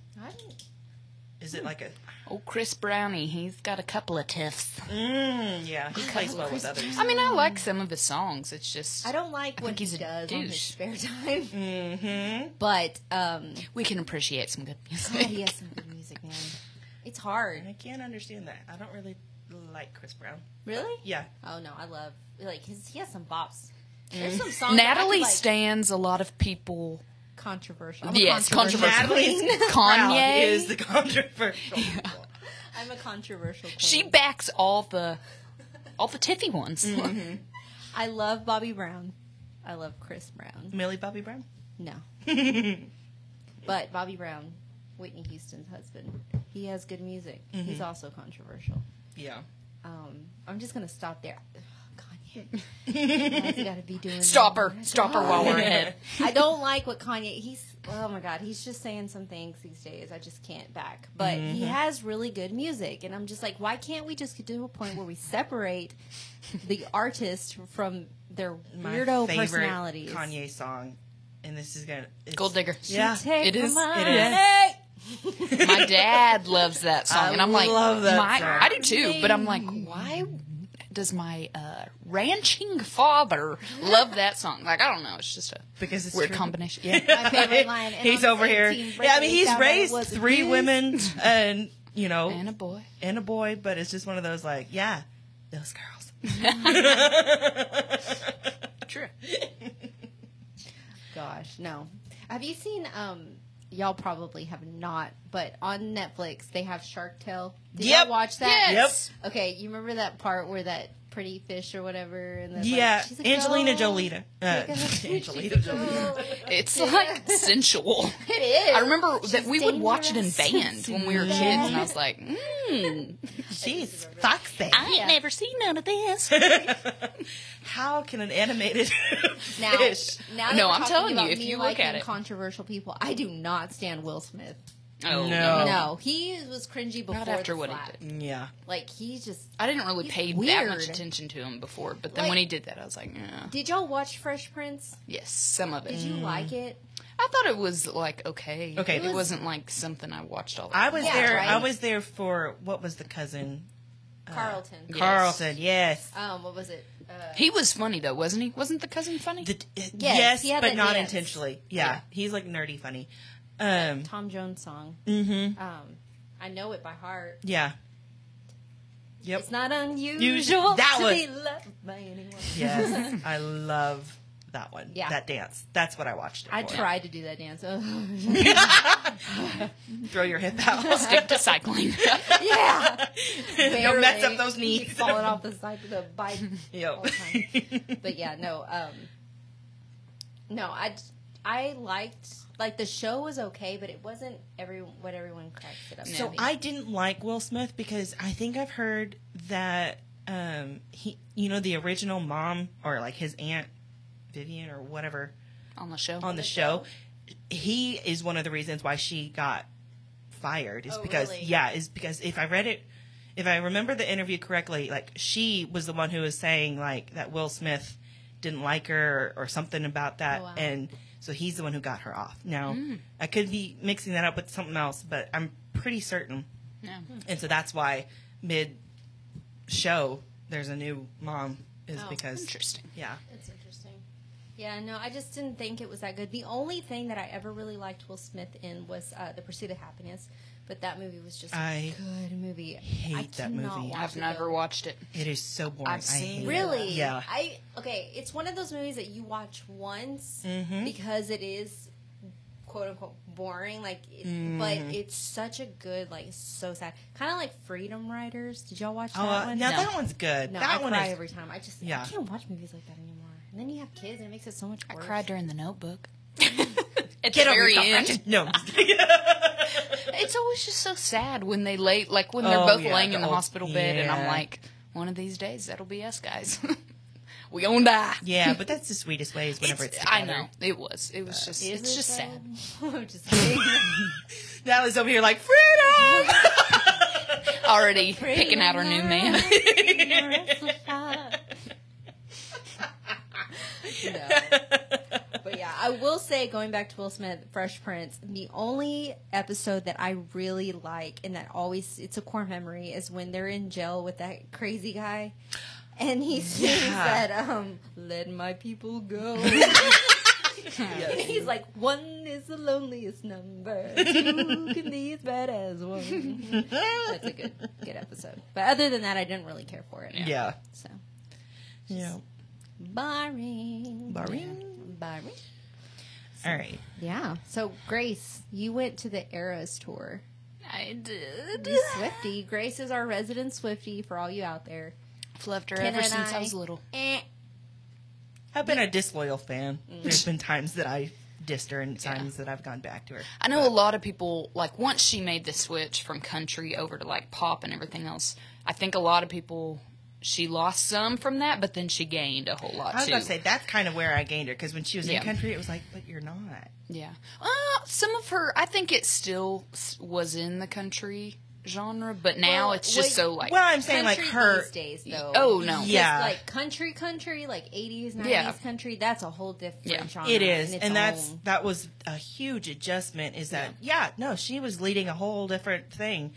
S3: is
S2: Hmm.
S3: it like a?
S1: Oh, Chris Brownie, he's got a couple of tiffs.
S3: Mm, yeah, he plays well with others.
S1: I mean, I like some of his songs. It's just
S2: I don't like what
S1: think he's
S2: he
S1: a
S2: does on his
S1: douche.
S2: spare time,
S3: Mm-hmm.
S2: but um,
S1: we can appreciate some good
S2: God,
S1: music.
S2: he has some good music, man. It's hard.
S3: I can't understand that. I don't really like Chris Brown.
S2: Really?
S3: Yeah,
S2: Oh no, I love like his. He has some bops. There's some songs. that I
S1: Natalie
S2: could, like,
S1: stands a lot of people.
S2: controversial. I'm a
S1: Yes,
S2: controversial.
S1: controversial.
S3: Natalie's
S1: Kanye?
S3: crowd is the controversial. one.
S2: I'm a controversial. Queen.
S1: She backs all the all the tiffy ones.
S2: I love Bobby Brown. I love Chris Brown.
S3: Millie Bobby Brown.
S2: No, but Bobby Brown, Whitney Houston's husband, he has good music.
S1: Mm-hmm.
S2: He's also controversial.
S3: yeah.
S2: Um, I'm just gonna stop there. Kanye, Kanye's gotta be doing.
S1: Stop
S2: that.
S1: her. Stop her while we're ahead.
S2: I don't like what Kanye. He's oh my god, he's just saying some things these days. I just can't back. But
S1: Mm-hmm.
S2: he has really good music, and I'm just like, why can't we just get to a point where we separate the artist from their weirdo personalities?
S3: Kanye song, and this is gonna it's,
S1: Gold Digger.
S3: Yeah,
S2: Take
S1: It is-
S2: my
S1: it
S3: is.
S2: money.
S1: My dad loves that song,
S3: I
S1: and I'm like,
S3: love that
S1: my,
S3: song.
S1: I do too. But I'm like, why does my uh, ranching father love that song? Like, I don't know. It's just a
S3: because it's
S1: weird
S3: true.
S1: combination. Yeah.
S2: My favorite line. And
S3: he's
S2: on
S3: over here.
S2: 18
S3: Yeah, I mean,
S2: birthday,
S3: he's
S2: Sabo
S3: raised
S2: was a
S3: three
S2: dude.
S3: women, and you know,
S1: and a boy.
S3: and a boy, but it's just one of those like, yeah, those girls.
S1: True.
S2: Gosh, no. Have you seen? Um, y'all probably have not, but on Netflix they have Shark Tale. Did
S3: Yep.
S2: y'all watch that?
S3: Yep.
S2: Okay, you remember that part where that pretty fish or whatever, and then
S3: yeah,
S2: like, she's like, "Oh,
S3: Angelina
S2: "Go."
S3: Jolita. Uh,
S2: Like, she's
S3: Angelina
S2: like,
S3: Jolita.
S2: "Go."
S1: It's like sensual.
S2: It is.
S1: I remember that
S2: She's
S1: we would watch it in band
S2: dangerous.
S1: when we were kids, and I was like, mm,
S3: She's foxy.
S1: I ain't never seen none of this.
S3: How can an animated
S2: Now,
S3: fish?
S2: now that
S1: No,
S2: we're
S1: I'm
S2: talking
S1: telling you,
S2: about
S1: if
S2: me
S1: you look at
S2: liking
S1: it-
S2: controversial people, I do not stand Will Smith.
S1: Oh,
S3: No.
S2: No, he was cringy before.
S1: after
S2: the
S1: what he
S2: slap.
S1: did.
S3: Yeah,
S2: Like he just
S1: I didn't really
S2: He's
S1: pay that
S2: weird.
S1: much attention to him before, but then
S2: Like-
S1: when he did that, I was like, yeah.
S2: Did y'all watch Fresh Prince?
S1: yes, some of it.
S2: Did you
S3: Mm,
S2: like it?
S1: I thought it was like okay.
S3: Okay.
S1: it,
S3: It was-
S1: wasn't like something I watched all. The
S3: I was
S2: Yeah,
S3: there. I
S2: right.
S3: was there for what was the cousin uh,
S2: Carlton.
S1: Yes.
S3: Carlton? Yes.
S2: Um, what was it? Uh,
S1: He was funny though, wasn't he? Wasn't the cousin funny?
S3: The, yes,
S2: he had
S3: but
S2: that
S3: not
S2: dance.
S3: intentionally. Yeah.
S1: Yeah.
S3: he's like nerdy funny. Um,
S2: Tom Jones song.
S3: mhm.
S2: Um, I know it by heart.
S3: yeah, yep.
S2: It's not unusual
S3: that
S2: to
S3: one.
S2: be loved by anyone.
S3: yes, I love that one.
S2: Yeah.
S3: that dance. That's what I watched. It
S2: I
S3: for.
S2: tried to do that dance. Oh,
S3: Throw your hip out.
S1: Stick to cycling.
S2: yeah,
S3: Don't mess up
S2: Barely.
S3: those knees.
S2: falling off the side of the bike. all
S3: Yep.
S2: the time. But yeah, no, um, no, I, j- I liked like the show was okay, but it wasn't every what everyone cracks it up.
S1: No.
S2: to
S3: So
S2: be.
S3: I didn't like Will Smith because I think I've heard that um, he, you know, the original mom or like his aunt Vivian or whatever
S1: on the show.
S3: on the show, he is one of the reasons why she got fired. Is
S2: Oh,
S3: because
S2: really?
S3: yeah, is because if I read it, if I remember the interview correctly, like she was the one who was saying like that Will Smith didn't like her or, or something about that,
S2: Oh, wow. Hmm.
S3: and so he's the one who got her off. Now I could be mixing that up with something else, but I'm pretty certain,
S1: Yeah.
S3: and so that's why mid show there's a new mom is
S2: Oh,
S3: because
S1: Interesting.
S3: yeah
S2: That's interesting. Yeah, no, I just didn't think it was that good. The only thing that I ever really liked Will Smith in was uh, The Pursuit of Happiness, but that movie was just
S3: I
S2: a good movie. I
S3: hate that
S2: cannot
S3: movie.
S2: watch
S1: I've
S2: it,
S1: never
S2: though.
S1: watched it.
S3: it is so boring.
S1: I've
S3: I
S1: seen-
S3: hate it.
S2: Really?
S3: Yeah.
S2: I okay. It's one of those movies that you watch once
S3: Mm-hmm.
S2: because it is quote unquote boring. Like, it, but
S3: Mm-hmm.
S2: it's such a good like so sad. Kind of like Freedom Riders. Did y'all watch that
S3: Oh, uh,
S2: one?
S3: now
S1: No.
S3: that one's good.
S2: No,
S3: that
S2: I
S3: one
S2: cry
S3: is.
S2: every time. I just
S3: Yeah.
S2: I can't watch movies like that anymore. And then you have kids, and it makes it so much
S1: I
S2: worse.
S1: cried during the Notebook. At
S3: Get
S1: the
S3: over
S1: very
S3: yourself,
S1: end.
S3: Ratchet. No. I'm just kidding.
S1: It's always just so sad when they lay like when they're
S3: Oh,
S1: both
S3: yeah,
S1: laying in
S3: the
S1: the
S3: old-
S1: hospital bed, and I'm
S3: yeah.
S1: like, one of these days that'll be us guys. we gonna die.
S3: yeah, but that's the sweetest way is whenever it's,
S1: It's- I
S3: together.
S1: know it was. It was just.
S2: Is
S1: It's
S2: it
S1: just
S2: though?
S1: sad.
S2: I'm just kidding.
S3: That was over here like freedom.
S1: Already picking out her new man.
S2: No. But yeah, I will say, going back to Will Smith, Fresh Prince, the only episode that I really like and that always, it's a core memory, is when they're in jail with that crazy guy. And he sings
S3: Yeah.
S2: that, um, let my people go. and he's like, one is the loneliest number. Two can be as bad as one. That's a good, good episode. But other than that, I didn't really care for it.
S3: yeah.
S2: So,
S3: Yeah.
S2: boring.
S3: Boring.
S2: Boring.
S3: All right.
S2: Yeah. So Grace, you went to the Eras tour.
S1: I did.
S2: You Swifty. Grace is our resident Swifty for all you out there.
S1: I've loved her
S2: Kenna
S1: ever
S2: and
S1: since I
S2: I-
S1: was little.
S2: Eh.
S3: I've been a disloyal fan.
S1: Mm-hmm.
S3: There's been times that I dissed her and times that I've gone back to her.
S1: I know a lot of people like once she made the switch from country over to like pop and everything else. I think a lot of people she lost some from that, but then she gained a whole lot
S3: I was
S1: too.
S3: gonna say that's kind of where I gained her because when she was
S1: Yeah.
S3: in country, it was like, but you're not.
S1: Yeah. Uh, some of her, I think it still s- was in the country genre, but now
S2: Well,
S1: it's just
S2: what-
S1: so like.
S3: Well, I'm saying like
S2: country
S3: her.
S2: these days, though.
S1: oh, no.
S2: Just,
S3: Yeah.
S2: like country, country, like eighties, nineties
S1: Yeah.
S2: country. That's a whole different
S1: Yeah.
S2: genre.
S3: It is,
S2: its
S3: and that's
S2: own.
S3: that was a huge adjustment. Is that yeah. No, she was leading a whole different thing,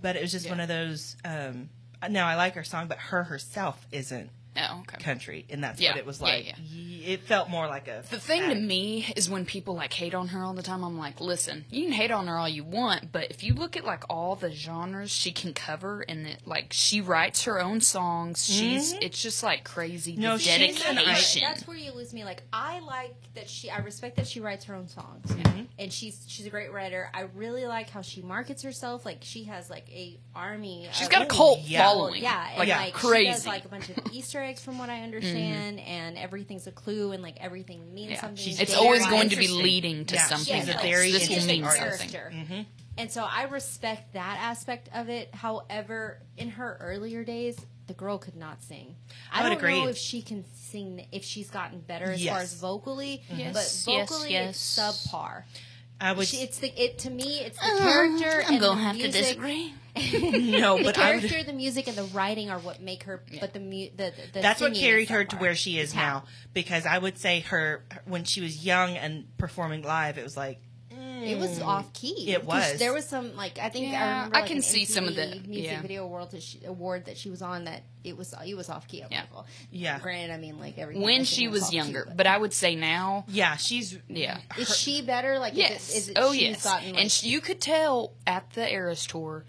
S3: but it was just
S1: Yeah.
S3: one of those. um Now I like her song, but her herself isn't
S1: Oh, okay.
S3: country, and that's
S1: Yeah,
S3: what it was
S1: yeah,
S3: like.
S1: yeah.
S3: Y- It felt more like a.
S1: The thing to me is when people like hate on her all the time, I'm like, listen, you can hate on her all you want, but if you look at like all the genres she can cover and it, like she writes her own songs, she's it's just like crazy
S3: Mm-hmm. No,
S1: the
S3: she's an
S1: dedication.
S3: icon.
S2: That's where you lose me. Like I like that she. I respect that she writes her own songs,
S1: Mm-hmm.
S2: and she's she's a great writer. I really like how she markets herself. Like she has like a army.
S1: she's
S2: of-
S1: got a cult
S3: Oh, yeah.
S1: following.
S2: Yeah, and
S1: like,
S2: like,
S1: crazy. Mm-hmm.
S2: She does, like a bunch of Easter eggs, from what I understand, and everything's a clue, and like everything means
S1: yeah.
S2: something.
S3: She's
S1: It's
S2: They
S3: very
S1: always
S2: are
S1: going to be
S3: interesting.
S1: leading to
S3: Yeah, she's
S1: something.
S3: a
S1: else.
S3: very
S1: this will
S3: interesting
S1: mean
S3: artist. Mm-hmm.
S1: something.
S2: Character. And so I respect that aspect of it. However, in her earlier days, the girl could not sing. I,
S3: I would
S2: don't
S3: agree.
S2: know if she can sing, if she's gotten better as far
S3: Yes. Mm-hmm.
S2: as vocally,
S1: Yes,
S2: but
S1: yes,
S2: vocally it's
S1: yes.
S2: subpar.
S3: I would Uh,
S2: She, it's the it to me. It's the character.
S1: I'm
S2: and
S1: gonna
S2: the
S1: have
S2: music.
S1: to disagree.
S3: no,
S2: The
S3: but I would.
S2: character, the music, and the writing are what make her. But the mu- the, the, the
S3: That's what
S2: singing is
S3: carried her to
S2: subpar.
S3: where she is
S2: Yeah.
S3: now because I would say her when she was young and performing live, it was like
S2: It was off key.
S3: It was.
S2: There was some like I think
S1: Mm. Yeah,
S2: I remember.
S1: I
S2: like,
S1: can
S2: an
S1: see some of
S2: MTV
S1: the-
S2: music
S1: yeah.
S2: video world that she, award that she was on that it was it was off key. I'm
S1: Yeah.
S2: like, well,
S3: Yeah.
S2: Granted, I mean like everything.
S1: When
S2: was
S1: she was
S2: off-key,
S1: younger, but I would say now,
S3: yeah, she's
S1: Yeah.
S3: her-
S2: is she better? Like
S1: yes,
S2: Is it, is it
S1: oh
S2: she's
S1: yes,
S2: Gotten, like,
S1: and sh you could tell at the Eras tour.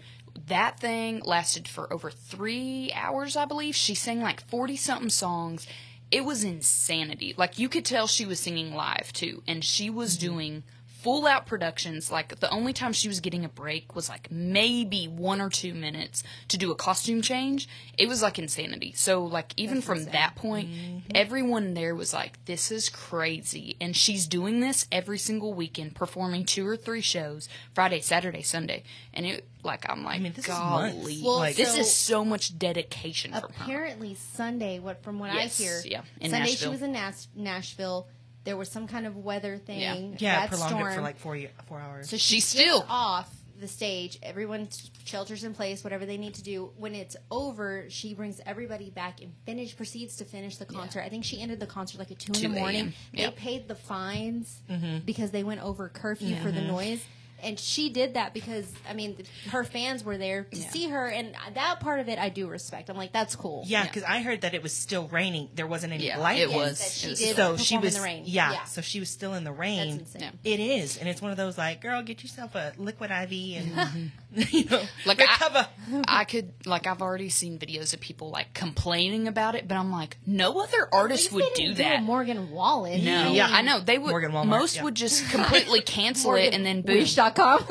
S1: That thing lasted for over three hours, I believe. She sang like forty something songs. It was insanity. Like you could tell she was singing live too, and she was
S2: Mm-hmm.
S1: doing full out productions. Like the only time she was getting a break was like maybe one or two minutes to do a costume change. It was like insanity. So like even from that point,
S2: Mm-hmm.
S1: everyone there was like, "This is crazy," and she's doing this every single weekend, performing two or three shows, Friday, Saturday, Sunday, and it like I'm like,
S3: mean, this is months.
S1: golly,
S2: Well,
S1: like, this
S2: so-
S1: is so much dedication from her.
S2: apparently Sunday. What from what
S1: Yes,
S2: I hear,
S1: yeah, in
S2: Sunday she
S1: Nashville.
S2: was in Nas- Nashville. There was some kind of weather thing.
S3: yeah,
S2: that
S3: prolonged
S2: storm.
S3: it for like four ye- four hours.
S2: So
S1: She
S2: she
S1: still-
S2: still off the stage. Everyone s- shelters in place, whatever they need to do. When it's over, she brings everybody back and finish proceeds to finish the concert. I think she ended the concert like at two, in
S1: 2
S2: the morning.
S1: a.m.,
S2: They
S1: yep.
S2: paid the fines
S1: Mm-hmm.
S2: because they went over curfew for the noise. And she did that because I mean, th- her fans were there to
S1: Yeah.
S2: see her, and that part of it I do respect. I'm like, that's cool.
S3: Yeah,
S1: Yeah.
S3: because I heard that it was still raining. There wasn't any
S1: Yeah,
S3: light.
S1: it
S2: Yes,
S1: was.
S2: that she
S1: it was
S2: did
S3: so
S2: perform
S3: she was
S2: in the rain.
S3: Yeah, so she was still in the rain.
S2: That's insane.
S1: Yeah.
S3: It is, and it's one of those like, girl, get yourself a liquid IV and
S2: Mm-hmm.
S3: you know,
S1: Like, I-
S3: recover.
S1: I could like I've already seen videos of people like complaining about it, but I'm like, no other artist
S2: At least
S1: would
S2: they
S1: do
S2: didn't a
S1: that.
S2: Morgan Wallen.
S1: No,
S3: Yeah.
S1: I know they would.
S3: Morgan Walmart,
S1: most
S3: yeah.
S1: would just completely cancel it and then boom.
S2: Wish.com.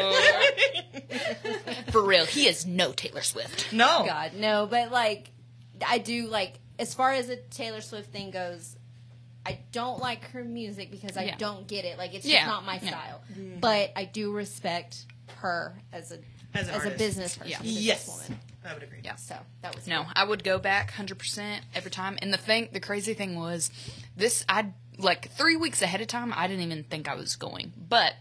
S1: Oh, For real, he is no Taylor Swift.
S3: no,
S2: God, no, but like, I do like as far as the Taylor Swift thing goes. I don't like her music because I
S1: Yeah.
S2: don't get it. Like, it's
S1: Yeah,
S2: just not my
S1: yeah.
S2: style. But I do respect her as a as,
S3: As an
S2: a
S3: artist.
S2: business person,
S1: Yeah.
S2: business
S3: yes,
S2: woman.
S3: I would agree.
S1: Yeah.
S2: So that was
S1: No, I would go back 100% every time. And the thing, the crazy thing was, this, I, like, three weeks ahead of time, I didn't even think I was going. But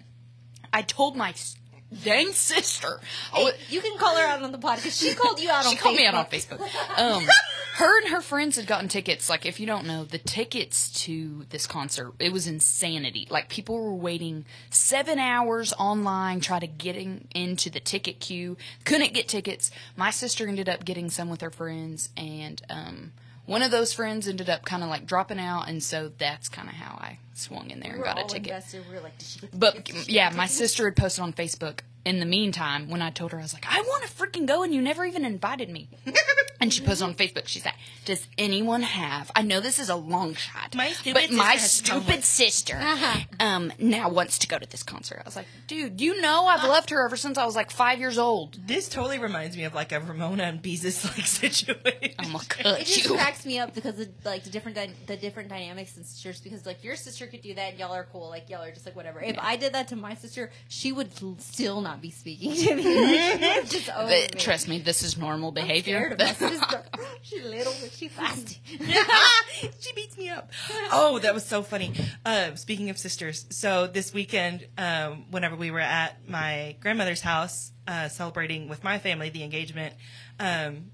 S1: I told my s- dang sister. I
S2: Hey,
S1: wa-
S2: you can call her out on the pod because she called you out on.
S1: she called me out on
S2: Facebook.
S1: Facebook. Um, her and her friends had gotten tickets. Like, if you don't know, the tickets to this concert it was insanity. Like, people were waiting seven hours online, trying to getting into the ticket queue. Couldn't get tickets. My sister ended up getting some with her friends, and um, one of those friends ended up kind of like dropping out, and so that's kind of how I swung in there
S2: We
S1: and
S2: were
S1: got a
S2: all
S1: ticket.
S2: invested. We were like, did she get the
S1: But
S2: tickets? Did she
S1: yeah,
S2: get the
S1: my
S2: tickets?
S1: sister had posted on Facebook. In the meantime, when I told her, I was like, I want to freaking go, and you never even invited me. And she posted on Facebook. She's like, "Does anyone have? I know this is a long shot,
S3: My stupid
S1: but my
S3: sister has
S1: stupid
S3: homework."
S1: sister
S2: Uh-huh.
S1: um, now wants to go to this concert." I was like, "Dude, you know
S2: Uh-huh.
S1: I've loved her ever since I was like five years old.
S3: This totally reminds me of like a Ramona and Beezus like situation.
S1: I'm gonna
S2: It
S1: cut
S2: just
S1: Oh you."
S2: cracks me up because of like the different dy- the different dynamics in sisters. Because like your sister could do that, and y'all are cool. Like y'all are just like whatever. If I did that to my sister, she would l- still not be speaking to me. Like, she would just own
S1: But
S2: me.
S1: trust me, this is normal
S2: I'm scared
S1: behavior.
S2: of my sister. she little, but she feisty.
S3: she beats me up. Oh, that was so funny. Uh, speaking of sisters, so this weekend, um, whenever we were at my grandmother's house uh, celebrating with my family the engagement, um,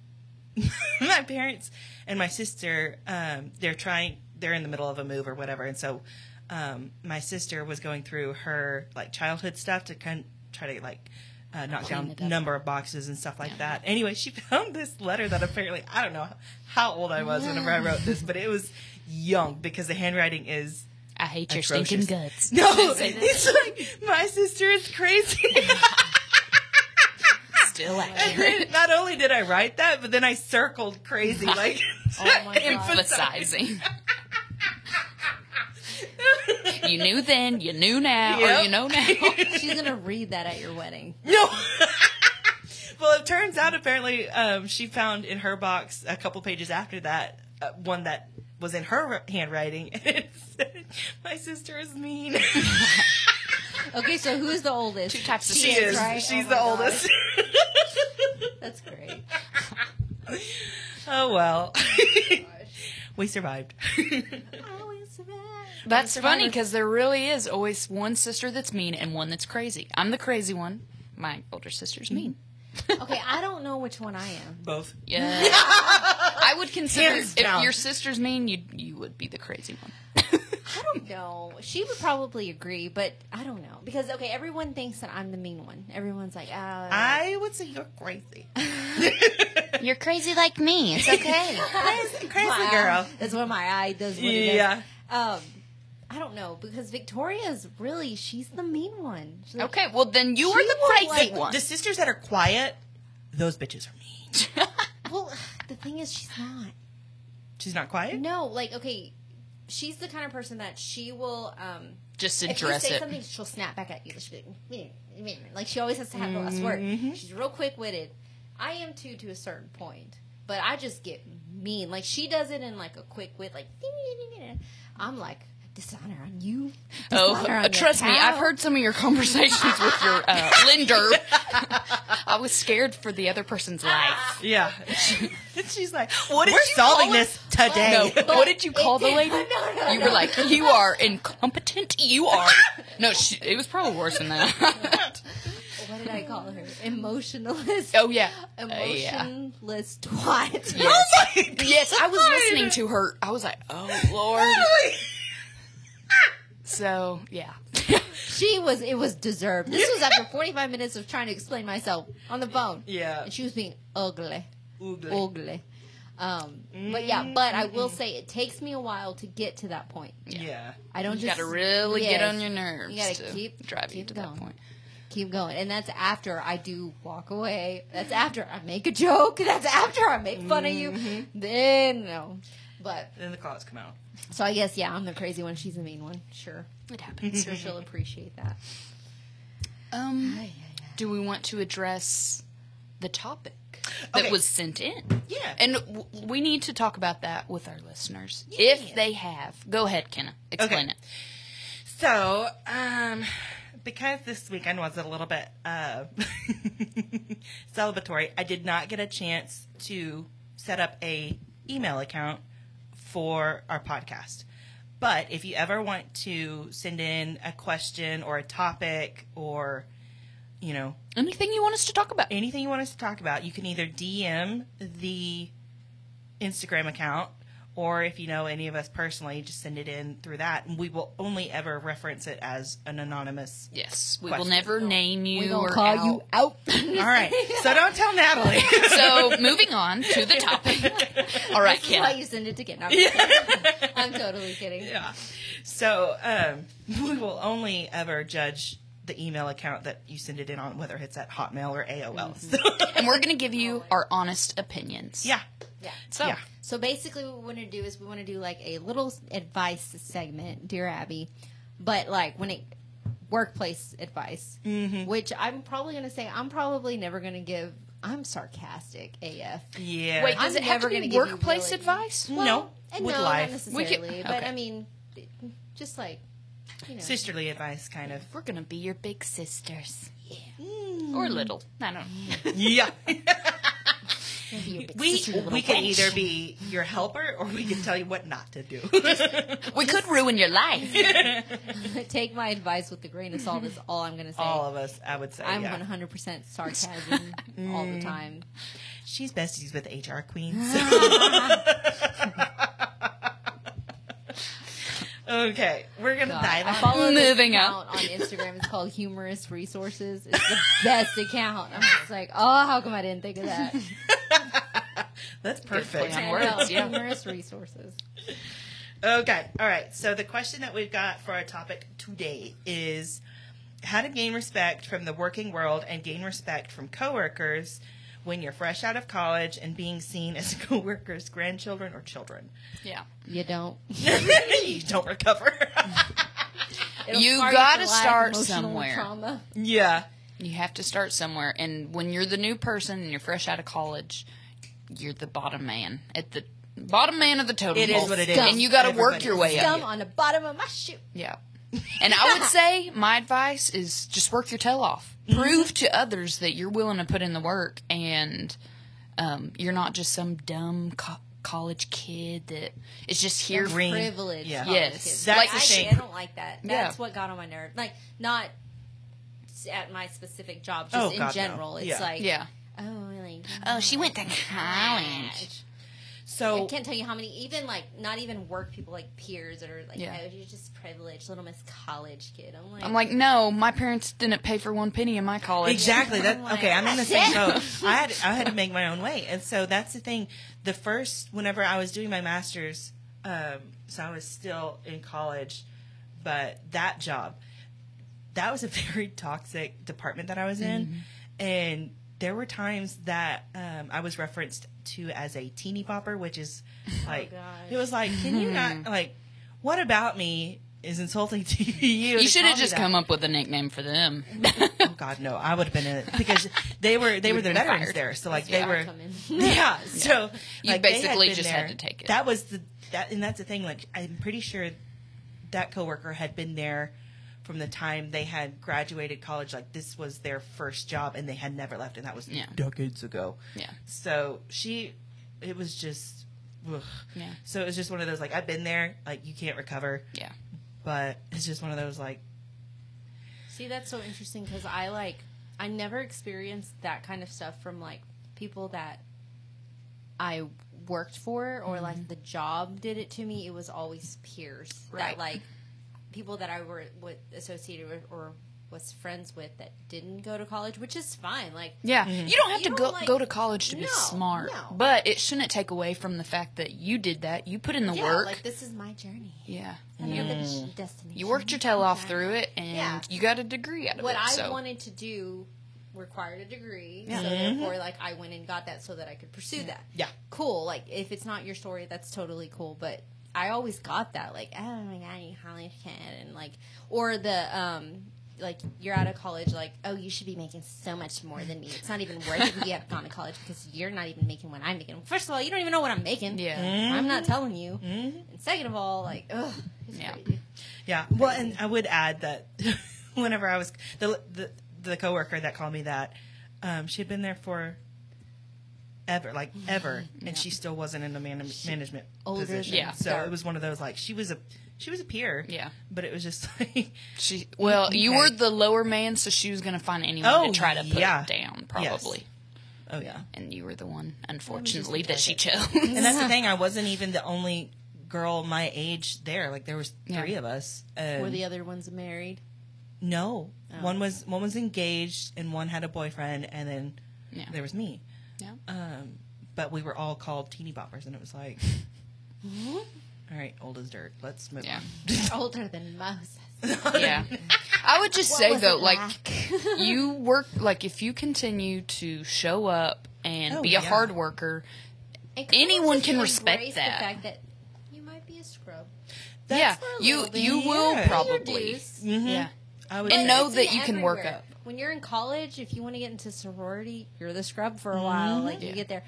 S3: my parents and my sister, um, they're trying, they're in the middle of a move or whatever, and so um, my sister was going through her like childhood stuff to kind try to like. Uh, knock
S1: Clean
S3: down
S1: it up.
S3: number of boxes and stuff like that. Anyway, she found this letter that apparently I don't know how old I was whenever I wrote this, but it was young because the handwriting is
S1: I hate your
S3: Atrocious.
S1: stinking guts.
S3: no. It's like my sister is crazy.
S1: Still
S3: And
S1: accurate.
S3: then Not only did I write that, but then I circled crazy like
S2: Oh my God.
S1: Emphasizing. you knew then, you knew now, or
S3: Yep.
S1: you know now.
S2: She's gonna read that at your wedding.
S3: No. well, it turns out apparently um, she found in her box a couple pages after that uh, one that was in her handwriting, and it said, "My sister is mean.
S2: Okay, so who's the oldest?
S1: Two types of
S3: she
S1: Yes,
S3: is.
S2: right?
S3: She's
S2: Oh my
S3: the
S2: gosh.
S3: oldest."
S2: That's great.
S3: oh well. we survived.
S1: That's
S2: Survivor.
S1: funny because there really is always one sister that's mean and one that's crazy. I'm the crazy one. My older sister's mean.
S2: Okay, I don't know which one I am.
S3: Both.
S1: Yeah, I would consider
S3: Hands
S1: if
S3: down.
S1: your sister's mean, you you would be the crazy one.
S2: I don't know. She would probably agree, but I don't know because okay, everyone thinks that I'm the mean one. Everyone's like, ah,
S3: I would say you're crazy.
S1: You're crazy like me. It's okay.
S3: crazy
S2: my
S3: girl.
S2: eye- That's what my eye does. What it
S3: Yeah.
S2: does. Um, I don't know because Victoria's really she's the mean one. She's like,
S1: okay, well then you are
S2: She
S1: the
S2: will,
S1: crazy
S2: like,
S1: one.
S3: The sisters that are quiet, those bitches are mean.
S2: Well, the thing is, she's not.
S3: She's not quiet.
S2: No, like okay, she's the kind of person that she will. um
S1: Just
S2: if you
S1: address
S2: say
S1: it.
S2: something, she'll snap back at you. She'll be like, "Meh, meh," like she always has to have the last word.
S1: Mm-hmm.
S2: She's real quick witted. I am too to a certain point, but I just get mean. Like she does it in like a quick wit, like I'm like dishonor on you.
S1: Oh,
S2: dishonor on
S1: uh,
S2: your
S1: trust me, I've
S2: cow."
S1: heard some of your conversations with your uh, lender. I was scared for the other person's life.
S3: Yeah. She's like, what
S1: did
S3: we're
S1: you
S3: solving
S1: call
S3: this
S1: No,
S3: today.
S1: what did you
S2: it
S1: call the
S2: did-
S1: lady?
S2: No, no,
S1: you
S2: no.
S1: were like, you are incompetent. You are. No, she, it was probably worse than that.
S2: What did I call her? Emotionalist.
S1: oh yeah. Uh, yeah.
S2: Emotionless
S1: Yes.
S2: twat.
S3: my God.
S1: yes, I was listening to her. I was like, oh lord. So yeah.
S2: She was. It was deserved. This was after 45 minutes of trying to explain myself on the phone.
S3: Yeah.
S2: And she was being ugly.
S3: Oogly.
S2: ugly. Um, but
S1: Mm-hmm.
S2: yeah, but I will say it takes me a while to get to that point.
S3: Yeah.
S2: I don't
S1: You
S2: just
S1: gotta really get
S2: Yes.
S1: on your nerves
S2: You gotta
S1: to
S2: keep-
S1: drive you
S2: keep
S1: to
S2: going.
S1: that point.
S2: keep going, and that's after I do walk away. That's after I make a joke. That's after I make fun of you.
S1: Mm-hmm.
S2: Then no, but
S3: Then the claws come out.
S2: so I guess yeah, I'm the crazy one. She's the mean one. Sure,
S1: It happens.
S2: sure she'll appreciate that.
S1: Um, do we want to address the topic that
S3: Okay.
S1: was sent in?
S3: Yeah.
S1: And w- we need to talk about that with our listeners
S3: Yeah.
S1: if they have. Go ahead, Kenna. Explain
S3: Okay. So, um, because this weekend was a little bit uh, celebratory, I did not get a chance to set up a email account for our podcast. But if you ever want to send in a question or a topic or, you know,
S1: it. Anything you want us to talk about?
S3: anything you want us to talk about, you can either DM the Instagram account, or if you know any of us personally, just send it in through that, and we will only ever reference it as an anonymous.
S1: Yes, we
S3: Question.
S1: will never name you
S2: We
S1: or
S2: gonna call you out.
S3: All right, so don't tell Natalie.
S1: out. so moving on to the topic. All right,
S2: That's why
S1: Kenna.
S2: you send it to get. No, I'm, kidding. I'm totally kidding.
S3: yeah. So um, we will only ever judge the email account that you send it in on, whether it's at Hotmail or AOL.
S1: And we're going to give you our honest opinions.
S3: yeah.
S2: Yeah.
S1: So,
S3: Yeah.
S2: So basically, what we want to do is we want to do like a little advice segment, dear Abby, but like when it workplace advice,
S3: Mm-hmm.
S2: which I'm probably going to say I'm probably never going to give. I'm sarcastic AF.
S3: Yeah.
S1: wait,
S2: I'm
S1: does it have
S2: never
S1: to
S2: gonna
S1: be
S2: give you
S1: workplace
S2: really- Mm.
S1: advice?
S3: No,
S2: and
S3: with
S2: no,
S3: life.
S2: not
S1: We could-
S2: necessarily, but
S1: okay.
S2: I mean, just like you know,
S3: Sisterly advice, kind of.
S1: We're going to be your big sisters. Yeah. Or little. I don't know.
S3: Yeah.
S2: your big
S3: Mm. we
S2: sister, little
S3: we could
S2: wench.
S3: either be your helper or we can tell you what not to do.
S1: We could ruin your life.
S2: take my advice with a grain of salt. Is all I'm going to say.
S3: All of us, I would say.
S2: I'm
S3: yeah. Mm.
S2: 100% sarcasm all the time.
S3: She's besties with HR Queen. okay, we're gonna
S2: God,
S3: dive
S2: I
S3: on.
S2: follow this
S1: Moving
S2: account on Instagram. It's called Humorous Resources. It's the best account. I'm just like, oh, how come I didn't think of that?
S3: That's perfect.
S1: plan.
S2: I
S1: words,
S2: know,
S1: yeah.
S2: Humorous Resources.
S3: Okay, all right. So the question that we've got for our topic today is how to gain respect from the working world and gain respect from coworkers when you're fresh out of college and being seen as coworkers' grandchildren or children.
S1: Yeah.
S2: You don't.
S3: you don't recover.
S2: It'll
S1: You
S2: scar
S1: gotta
S2: for life,
S1: start
S2: emotional
S1: somewhere.
S2: Trauma.
S3: yeah.
S1: You have to start somewhere. And when you're the new person and you're fresh out of college, you're the bottom man at the bottom man of the totem
S3: It is
S1: pole.
S3: what it is.
S1: And you got to work
S3: Everybody
S1: your
S3: is
S1: way
S2: Dumb
S1: up.
S2: on the bottom of my shoe.
S1: Yeah. And I would say my advice is just work your tail off.
S3: Mm-hmm.
S1: Prove to others that you're willing to put in the work and um, you're not just some dumb co- college kid that is just here for
S3: Green.
S2: Privilege.
S3: Yeah.
S2: college
S1: Yes.
S2: kids.
S1: That's
S2: like,
S1: the
S2: I,
S3: thing.
S2: I don't like that.
S1: Yeah.
S2: That's what got on my nerve. Like, not s- at my specific job, just
S3: Oh,
S2: in
S3: God, no.
S2: general. It's
S3: Yeah.
S2: like,
S1: Yeah.
S2: oh, really?
S1: Oh, she went to college.
S3: So
S2: I can't tell you how many, even like not even work people, like peers that are like,
S1: Yeah.
S2: oh, you're just privileged, little Miss College kid. I'm like,
S1: I'm like, no, my parents didn't pay for one penny in my college.
S3: Exactly. That
S2: Like,
S3: okay. I'm in the
S2: that's
S3: same
S2: it.
S3: boat. I had I had to make my own way, and so that's the thing. The first, whenever I was doing my master's, um, so I was still in college, but that job, that was a very toxic department that I was in,
S2: Mm-hmm.
S3: and there were times that um, I was referenced to as a teeny popper, which is like
S2: Oh, gosh.
S3: it was like, can you not like, what about me? Is insulting to you.
S1: You should have just
S3: come up.
S1: come up with a nickname for them.
S3: Oh God, no! I would have been in it because they were they were the
S1: been
S3: veterans
S1: fired.
S3: there, so like
S2: Yeah,
S3: they were.
S2: come in.
S3: Yeah, so
S1: You
S3: like, they
S1: basically
S3: been
S1: just had to take it.
S3: That was the that, and that's the thing. Like I'm pretty sure that coworker had been there from the time they had graduated college. Like this was their first job, and they had never left, and that was
S1: Yeah.
S3: decades ago.
S1: yeah.
S3: So she, it was just. Ugh.
S1: Yeah.
S3: So it was just one of those like I've been there, like you can't recover,
S1: Yeah.
S3: but it's just one of those like
S2: See, that's so interesting because I like, I never experienced that kind of stuff from like people that I worked for or
S1: Mm-hmm.
S2: like the job did it to me. It was always peers
S1: Right.
S2: that like people that I were with, associated with or was friends with that didn't go to college, which is fine. Like,
S1: Yeah.
S3: Mm-hmm.
S1: You don't have
S2: You
S1: to
S2: don't,
S1: go
S2: like-
S1: go to college to be
S2: No,
S1: smart,
S2: no.
S1: but it shouldn't take away from the fact that you did that. You put in the
S2: yeah,
S1: work.
S2: like this is my journey.
S1: yeah.
S2: I'm not the des- destination.
S1: You worked your tail off
S2: Okay.
S1: through it, and
S2: Yeah.
S1: you got a degree out of
S2: What
S1: it.
S2: I
S1: so.
S2: wanted to do required a degree, so
S1: Mm-hmm.
S2: therefore, like I went and got that so that I could pursue that.
S3: Yeah.
S2: cool. Like if it's not your story, that's totally cool. But I always got that, like, oh my god, you college kid, and like, or the um. Like you're out of college, like oh, you should be making so much more than me. It's not even worth it. You have gone to college because you're not even making what I'm making. First of all, you don't even know what I'm making.
S1: Yeah. Mm-hmm.
S2: I'm
S3: mm-hmm,
S2: not telling you. And second of all, like, ugh, it's
S1: Yeah.
S2: crazy.
S3: Yeah. Well, and I would add that whenever I was the the the coworker that called me that, um, she had been there for ever, like ever, and she still wasn't in a man- management
S2: Mm-hmm. older than
S3: position.
S1: Yeah.
S3: So
S2: dirt.
S3: it was one of those like she was a she was a peer.
S1: Yeah.
S3: But it was just like
S1: She, well, you
S3: Okay.
S1: were the lower man, so she was going to find anyone
S3: Oh,
S1: to try to put
S3: yeah.
S1: down, probably.
S3: oh yeah.
S1: And you were the one, unfortunately, that she chose.
S3: And that's the thing. I wasn't even the only girl my age there. Like there was
S1: Yeah.
S3: three of us. And
S2: Were the Oh. other ones married?
S3: no, one was one was engaged and one had a boyfriend, and then
S1: Yeah.
S3: there was me.
S1: yeah.
S3: Um, but we were all called teeny boppers, and it was like, all right, old as dirt. Let's move
S1: Yeah.
S3: on.
S2: Older than Moses.
S1: yeah. I would just
S2: What
S1: say
S2: was
S1: though,
S2: it
S1: like
S2: like?
S1: you work, like if you continue to show up and
S3: Oh,
S1: be a
S3: yeah.
S1: hard worker,
S2: And kinda
S1: anyone
S2: just
S1: can
S2: embrace
S1: respect
S2: the
S1: that.
S2: fact that you might be a scrub.
S1: yeah,
S3: That's-
S2: for a
S1: you
S2: little bit.
S1: you will
S3: Yeah.
S1: probably,
S2: Reduce.
S3: Mhm.
S1: yeah.
S3: I would
S1: And
S3: say-
S1: know
S2: It's
S1: that
S2: in
S1: you can work
S2: everywhere.
S1: up.
S2: When you're in college, if you want to get into sorority, you're the scrub for a while. Like
S1: Mm-hmm. Yeah.
S2: you get there.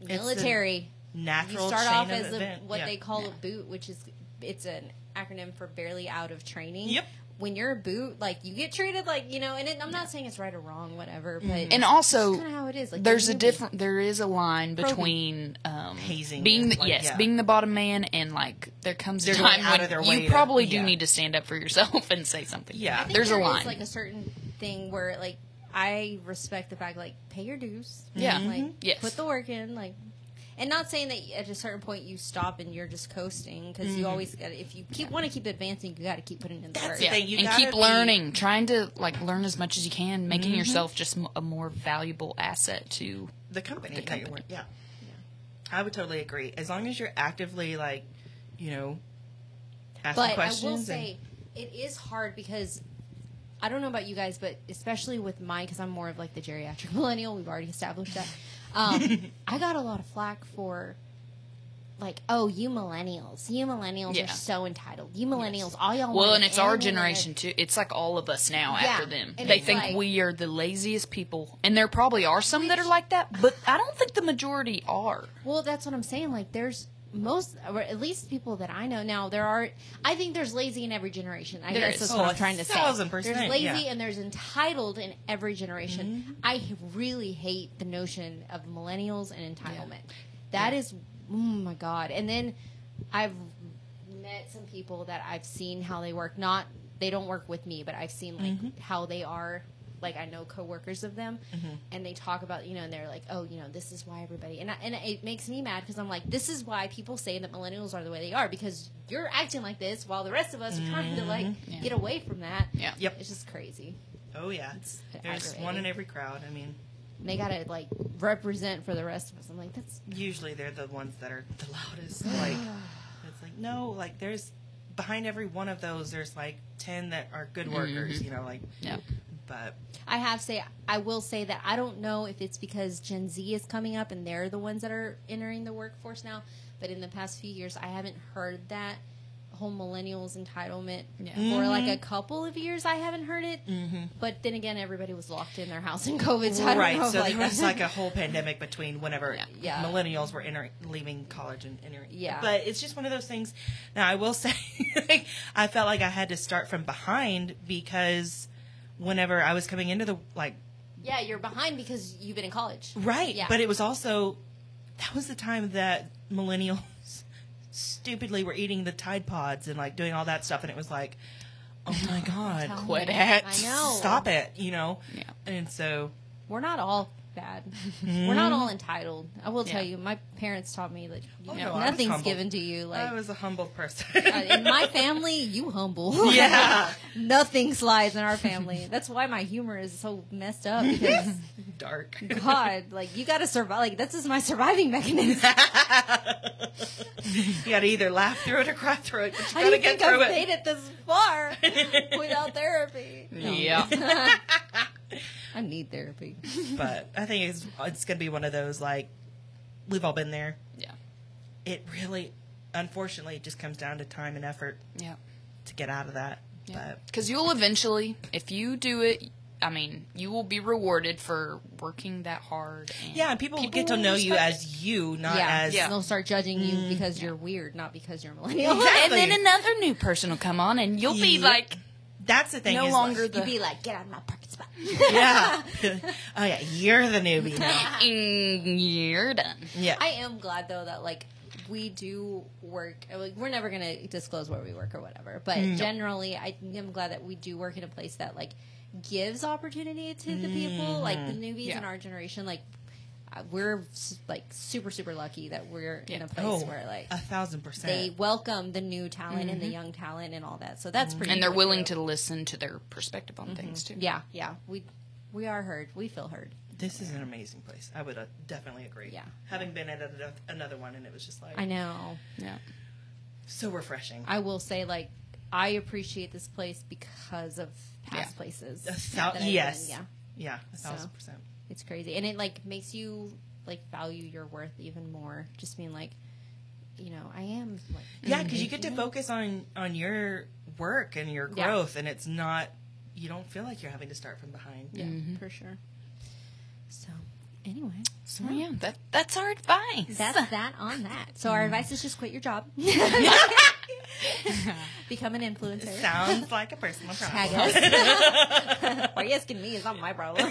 S3: the
S2: Military, you
S3: natural
S2: start
S3: chain
S2: off
S3: of
S2: as a,
S3: event.
S2: what
S3: Yeah.
S2: they call a boot, which is it's an acronym for barely out of training.
S3: Yep.
S2: When you're a boot, like you get treated like you know, and it, I'm not saying it's right or wrong, whatever, but
S1: And
S2: kind
S1: also,
S2: of how it is. Like
S1: there's a
S3: Mm-hmm.
S2: you're newbie.
S1: different there is a line
S2: Probing.
S1: between um
S3: Hazing
S1: being
S3: and,
S1: the,
S3: like,
S1: yes
S3: yeah.
S1: being the bottom man and like there comes a
S3: They're going
S1: time
S3: out
S1: when
S3: of their way
S1: you
S3: to-
S1: probably do
S3: yeah.
S1: need to stand up for yourself and say something
S3: Yeah. I
S2: I think
S1: there's a
S2: there is,
S1: line
S2: like a certain thing where like I respect the fact like pay your dues.
S1: Yeah. Mm-hmm.
S2: Like
S1: Yes.
S2: put the work in. Like and not saying that at a certain point you stop and you're just coasting because
S1: Mm-hmm.
S2: you always got to if you keep want to keep advancing you got to keep putting in the
S3: That's
S2: work.
S3: it.
S1: yeah.
S3: thing, you
S1: and
S3: gotta
S1: keep
S3: be- Mm-hmm.
S1: learning trying to like learn as much as you can making yourself just m- a more valuable asset to
S3: the company.
S1: The
S3: that you're
S1: company.
S3: with. Yeah. I would totally agree. As long as you're actively like, you know, asking
S2: But I
S3: questions.
S2: will
S3: and-
S2: say it is hard because I don't know about you guys, but especially with my because I'm more of like the geriatric millennial. We've already established that. Um, I got a lot of flack for like, oh, you millennials, you millennials
S1: Yeah.
S2: are so entitled. You millennials, all y'all.
S1: well
S2: want
S1: and
S2: is
S1: it's our
S2: animal
S1: generation
S2: rights."
S1: too it's like all of us now
S2: Yeah.
S1: after them
S2: And
S1: they
S2: it's
S1: think
S2: like-
S1: we are the laziest people and there probably are some that are like that but i don't think the majority are
S2: Well, that's what I'm saying. Like, there's most, or at least people that I know now, there are. I think there's lazy in every generation. I
S1: There
S2: guess
S1: is.
S2: that's
S3: Oh,
S2: what
S3: a
S2: I'm trying to say.
S3: thousand percent,
S2: There's lazy
S3: yeah. Mm-hmm.
S2: and there's entitled in every generation. I h- really hate the notion of millennials and entitlement. That is, oh my god. And then I've met some people that I've seen how they work. Not they don't work with me, but I've seen like how they are. Like I know coworkers of them, and they talk about you know, and they're like, oh, you know, this is why everybody and I, and it makes me mad because I'm like, this is why people say that millennials are the way they are because you're acting like this while the rest of us are trying to like
S1: Yeah.
S2: get away from that.
S1: yeah
S3: Yep.
S2: It's just crazy.
S3: Oh yeah. There's
S2: aggravating.
S3: one in every crowd. I mean,
S2: And they gotta like represent for the rest of us. I'm like, that's
S3: usually they're the ones that are the loudest. Like it's like no, like there's behind every one of those there's like ten that are
S2: Mm-hmm.
S3: good workers, you know, like
S1: yeah
S3: but
S2: I have say I will say that I don't know if it's because Gen Z is coming up and they're the ones that are entering the workforce now, but in the past few years I haven't heard that whole millennials entitlement
S1: Yeah.
S2: for
S3: Mm-hmm.
S2: like a couple of years I haven't heard it. But then again, everybody was locked in their house in COVID, so I don't
S3: right,
S2: know.
S3: so
S2: like,
S3: there was like a whole pandemic between whenever
S2: Yeah.
S3: millennials were entering, leaving college and entering.
S2: Yeah.
S3: but it's just one of those things. Now I will say, like, I felt like I had to start from behind because whenever I was coming into the like
S2: yeah, you're behind because you've been in college,
S3: Right.
S2: Yeah.
S3: But it was also that was the time that millennials stupidly were eating the Tide Pods and like doing all that stuff and it was like, Oh my
S2: Tell
S3: God,
S2: me.
S1: quit it.
S2: I know.
S3: stop it, you know?
S1: Yeah.
S3: And so
S2: We're not all bad. We're not all entitled. I will tell
S1: Yeah.
S2: you, my parents taught me that you
S3: Mm-hmm. Oh,
S2: know,
S3: no, I was
S2: nothing's
S3: humbled.
S2: given to you. Like
S3: I was a humble person.
S2: Uh, in my family, you humble.
S3: Yeah.
S2: Nothing slides in our family. That's why my humor is so messed up because
S3: dark.
S2: God, like you got to survive. Like this is my surviving mechanism.
S3: you gotta either laugh through it or cry through it, but
S2: How
S3: you
S2: do
S3: gotta
S2: you
S3: get
S2: think I've
S3: through
S2: made
S3: it.
S2: it this far without therapy?
S1: yeah
S2: I need therapy.
S3: But I think it's it's gonna be one of those like we've all been there.
S1: yeah
S3: It really unfortunately just comes down to time and effort
S1: yeah
S3: to get out of that. But
S1: because you'll eventually if you do it i mean you will be rewarded for working that hard and
S3: Yeah, and people, get to
S1: will
S3: know you
S1: respect it.
S3: as you, not
S2: yeah.
S3: as Mm.
S1: Yeah.
S2: They'll start judging you because you're weird, not because you're millennial.
S1: and
S3: Exactly.
S1: then another new person will come on and you'll be
S3: Yep.
S1: like
S3: that's the thing.
S1: no
S3: is
S1: longer
S3: like-
S1: the
S2: You'd be like, get out of my parking spot.
S3: yeah. oh yeah, you're the newbie now.
S1: "Mm, you're done
S3: Yeah,
S2: I am glad though that like we do work. uh, Like we're never gonna disclose where we work or whatever, but
S3: Mm.
S2: generally, I am glad that we do work in a place that like gives opportunity to the
S3: Mm-hmm.
S2: people, like the newbies
S1: Yeah.
S2: in our generation. Like uh, we're s- like super super lucky that we're in a place
S3: oh,
S2: where like
S3: a Mm-hmm. thousand percent.
S2: they welcome the new talent and the young talent and all that. So that's
S3: Mm-hmm.
S2: pretty.
S1: and they're
S2: cool,
S1: willing
S2: too.
S1: to listen to their perspective on things too
S2: Yeah, yeah. We we are heard. We feel heard.
S3: this is an amazing place. I would uh, definitely agree.
S2: Yeah.
S3: having been at another- another one, and it was just like
S2: I know.
S1: yeah
S3: so refreshing.
S2: I will say like I appreciate this place because of past
S1: Yeah.
S2: places.
S3: A
S2: that
S3: thou-
S2: I've been in.
S3: yes.
S2: Yeah.
S3: Yeah, a
S2: So.
S3: thousand percent.
S2: It's crazy. And it like makes you like value your worth even more. Just being like, you know, I am like
S3: Yeah, because you get to
S2: Mhm.
S3: focus on on your work and your
S2: Yeah.
S3: growth, and it's not you don't feel like you're having to start from behind.
S2: Yeah,
S1: Mhm.
S2: for sure. So anyway.
S1: So yeah, that that's our advice.
S2: That's that on that. So our advice is just quit your job. Become an influencer.
S3: Sounds like a personal
S2: Tag
S3: problem.
S2: us. um, Why are you asking me? It's not my problem.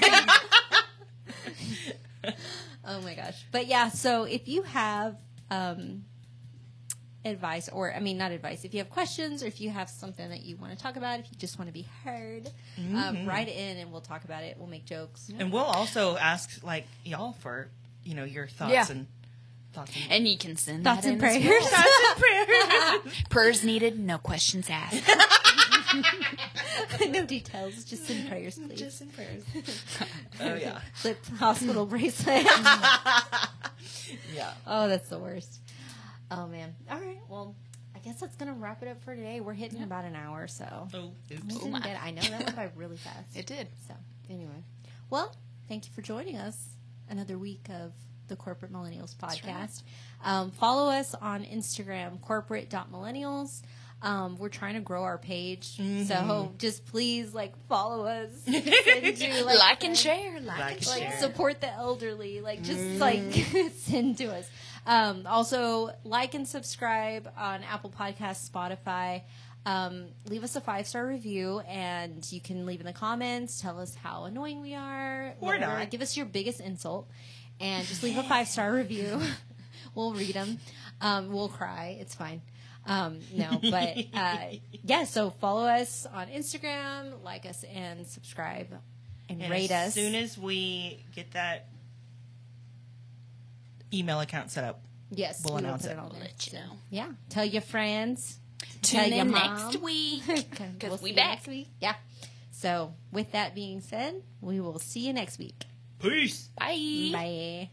S2: oh my gosh. But yeah, so if you have um, advice, or I mean, not advice, if you have questions or if you have something that you want to talk about, if you just want to be heard, um, write it in and we'll talk about it. We'll make jokes.
S3: Mm-hmm. And we'll also ask like y'all for you know your thoughts
S1: Yeah.
S3: and thoughts and,
S1: And you can send
S2: Thoughts
S1: that
S2: and
S1: in as
S2: prayers.
S1: well. Prayers needed, no questions asked.
S2: no details, just in prayers, please.
S3: just in prayers. oh yeah,
S2: Flip hospital bracelet.
S3: yeah.
S2: Oh, that's the worst. Oh man. All right. Well, I guess that's gonna wrap it up for today. We're hitting about an hour, so
S3: Oh,
S2: This
S3: oops.
S2: isn't
S1: my.
S2: good. I know that went by really fast.
S1: It did.
S2: So anyway, well, thank you for joining us another week of the Corporate Millennials podcast. Um, follow us on Instagram, corporate.millennials. Um, we're trying to grow our page, so
S1: Mm-hmm.
S2: just please like follow us, Send you,
S1: Like, and
S2: friends
S1: share, like,
S3: Like
S1: and share.
S3: and
S2: like
S3: Sure.
S2: support the elderly like just
S3: Mm.
S2: like send to us um, also like and subscribe on apple Podcasts, spotify um, leave us a five star review and you can leave in the comments tell us how annoying we are
S3: Or
S2: whatever.
S3: not.
S2: give us your biggest insult and just leave a five star review we'll read them um, we'll cry it's fine um, no but uh, yeah so follow us on instagram like us and subscribe and,
S3: And
S2: rate
S3: as
S2: us
S3: soon as we get that email account set up.
S2: Yes,
S3: We'll
S2: we will
S3: announce
S2: put
S3: it.
S2: it all there.
S1: let you
S2: So,
S1: know.
S2: Yeah, tell your friends.
S1: Tune
S2: Tell your
S1: in
S2: mom.
S1: next week.
S2: Because
S1: we back.
S2: week. Yeah. So, with that being said, we will see you next week.
S3: Peace.
S1: Bye.
S2: Bye.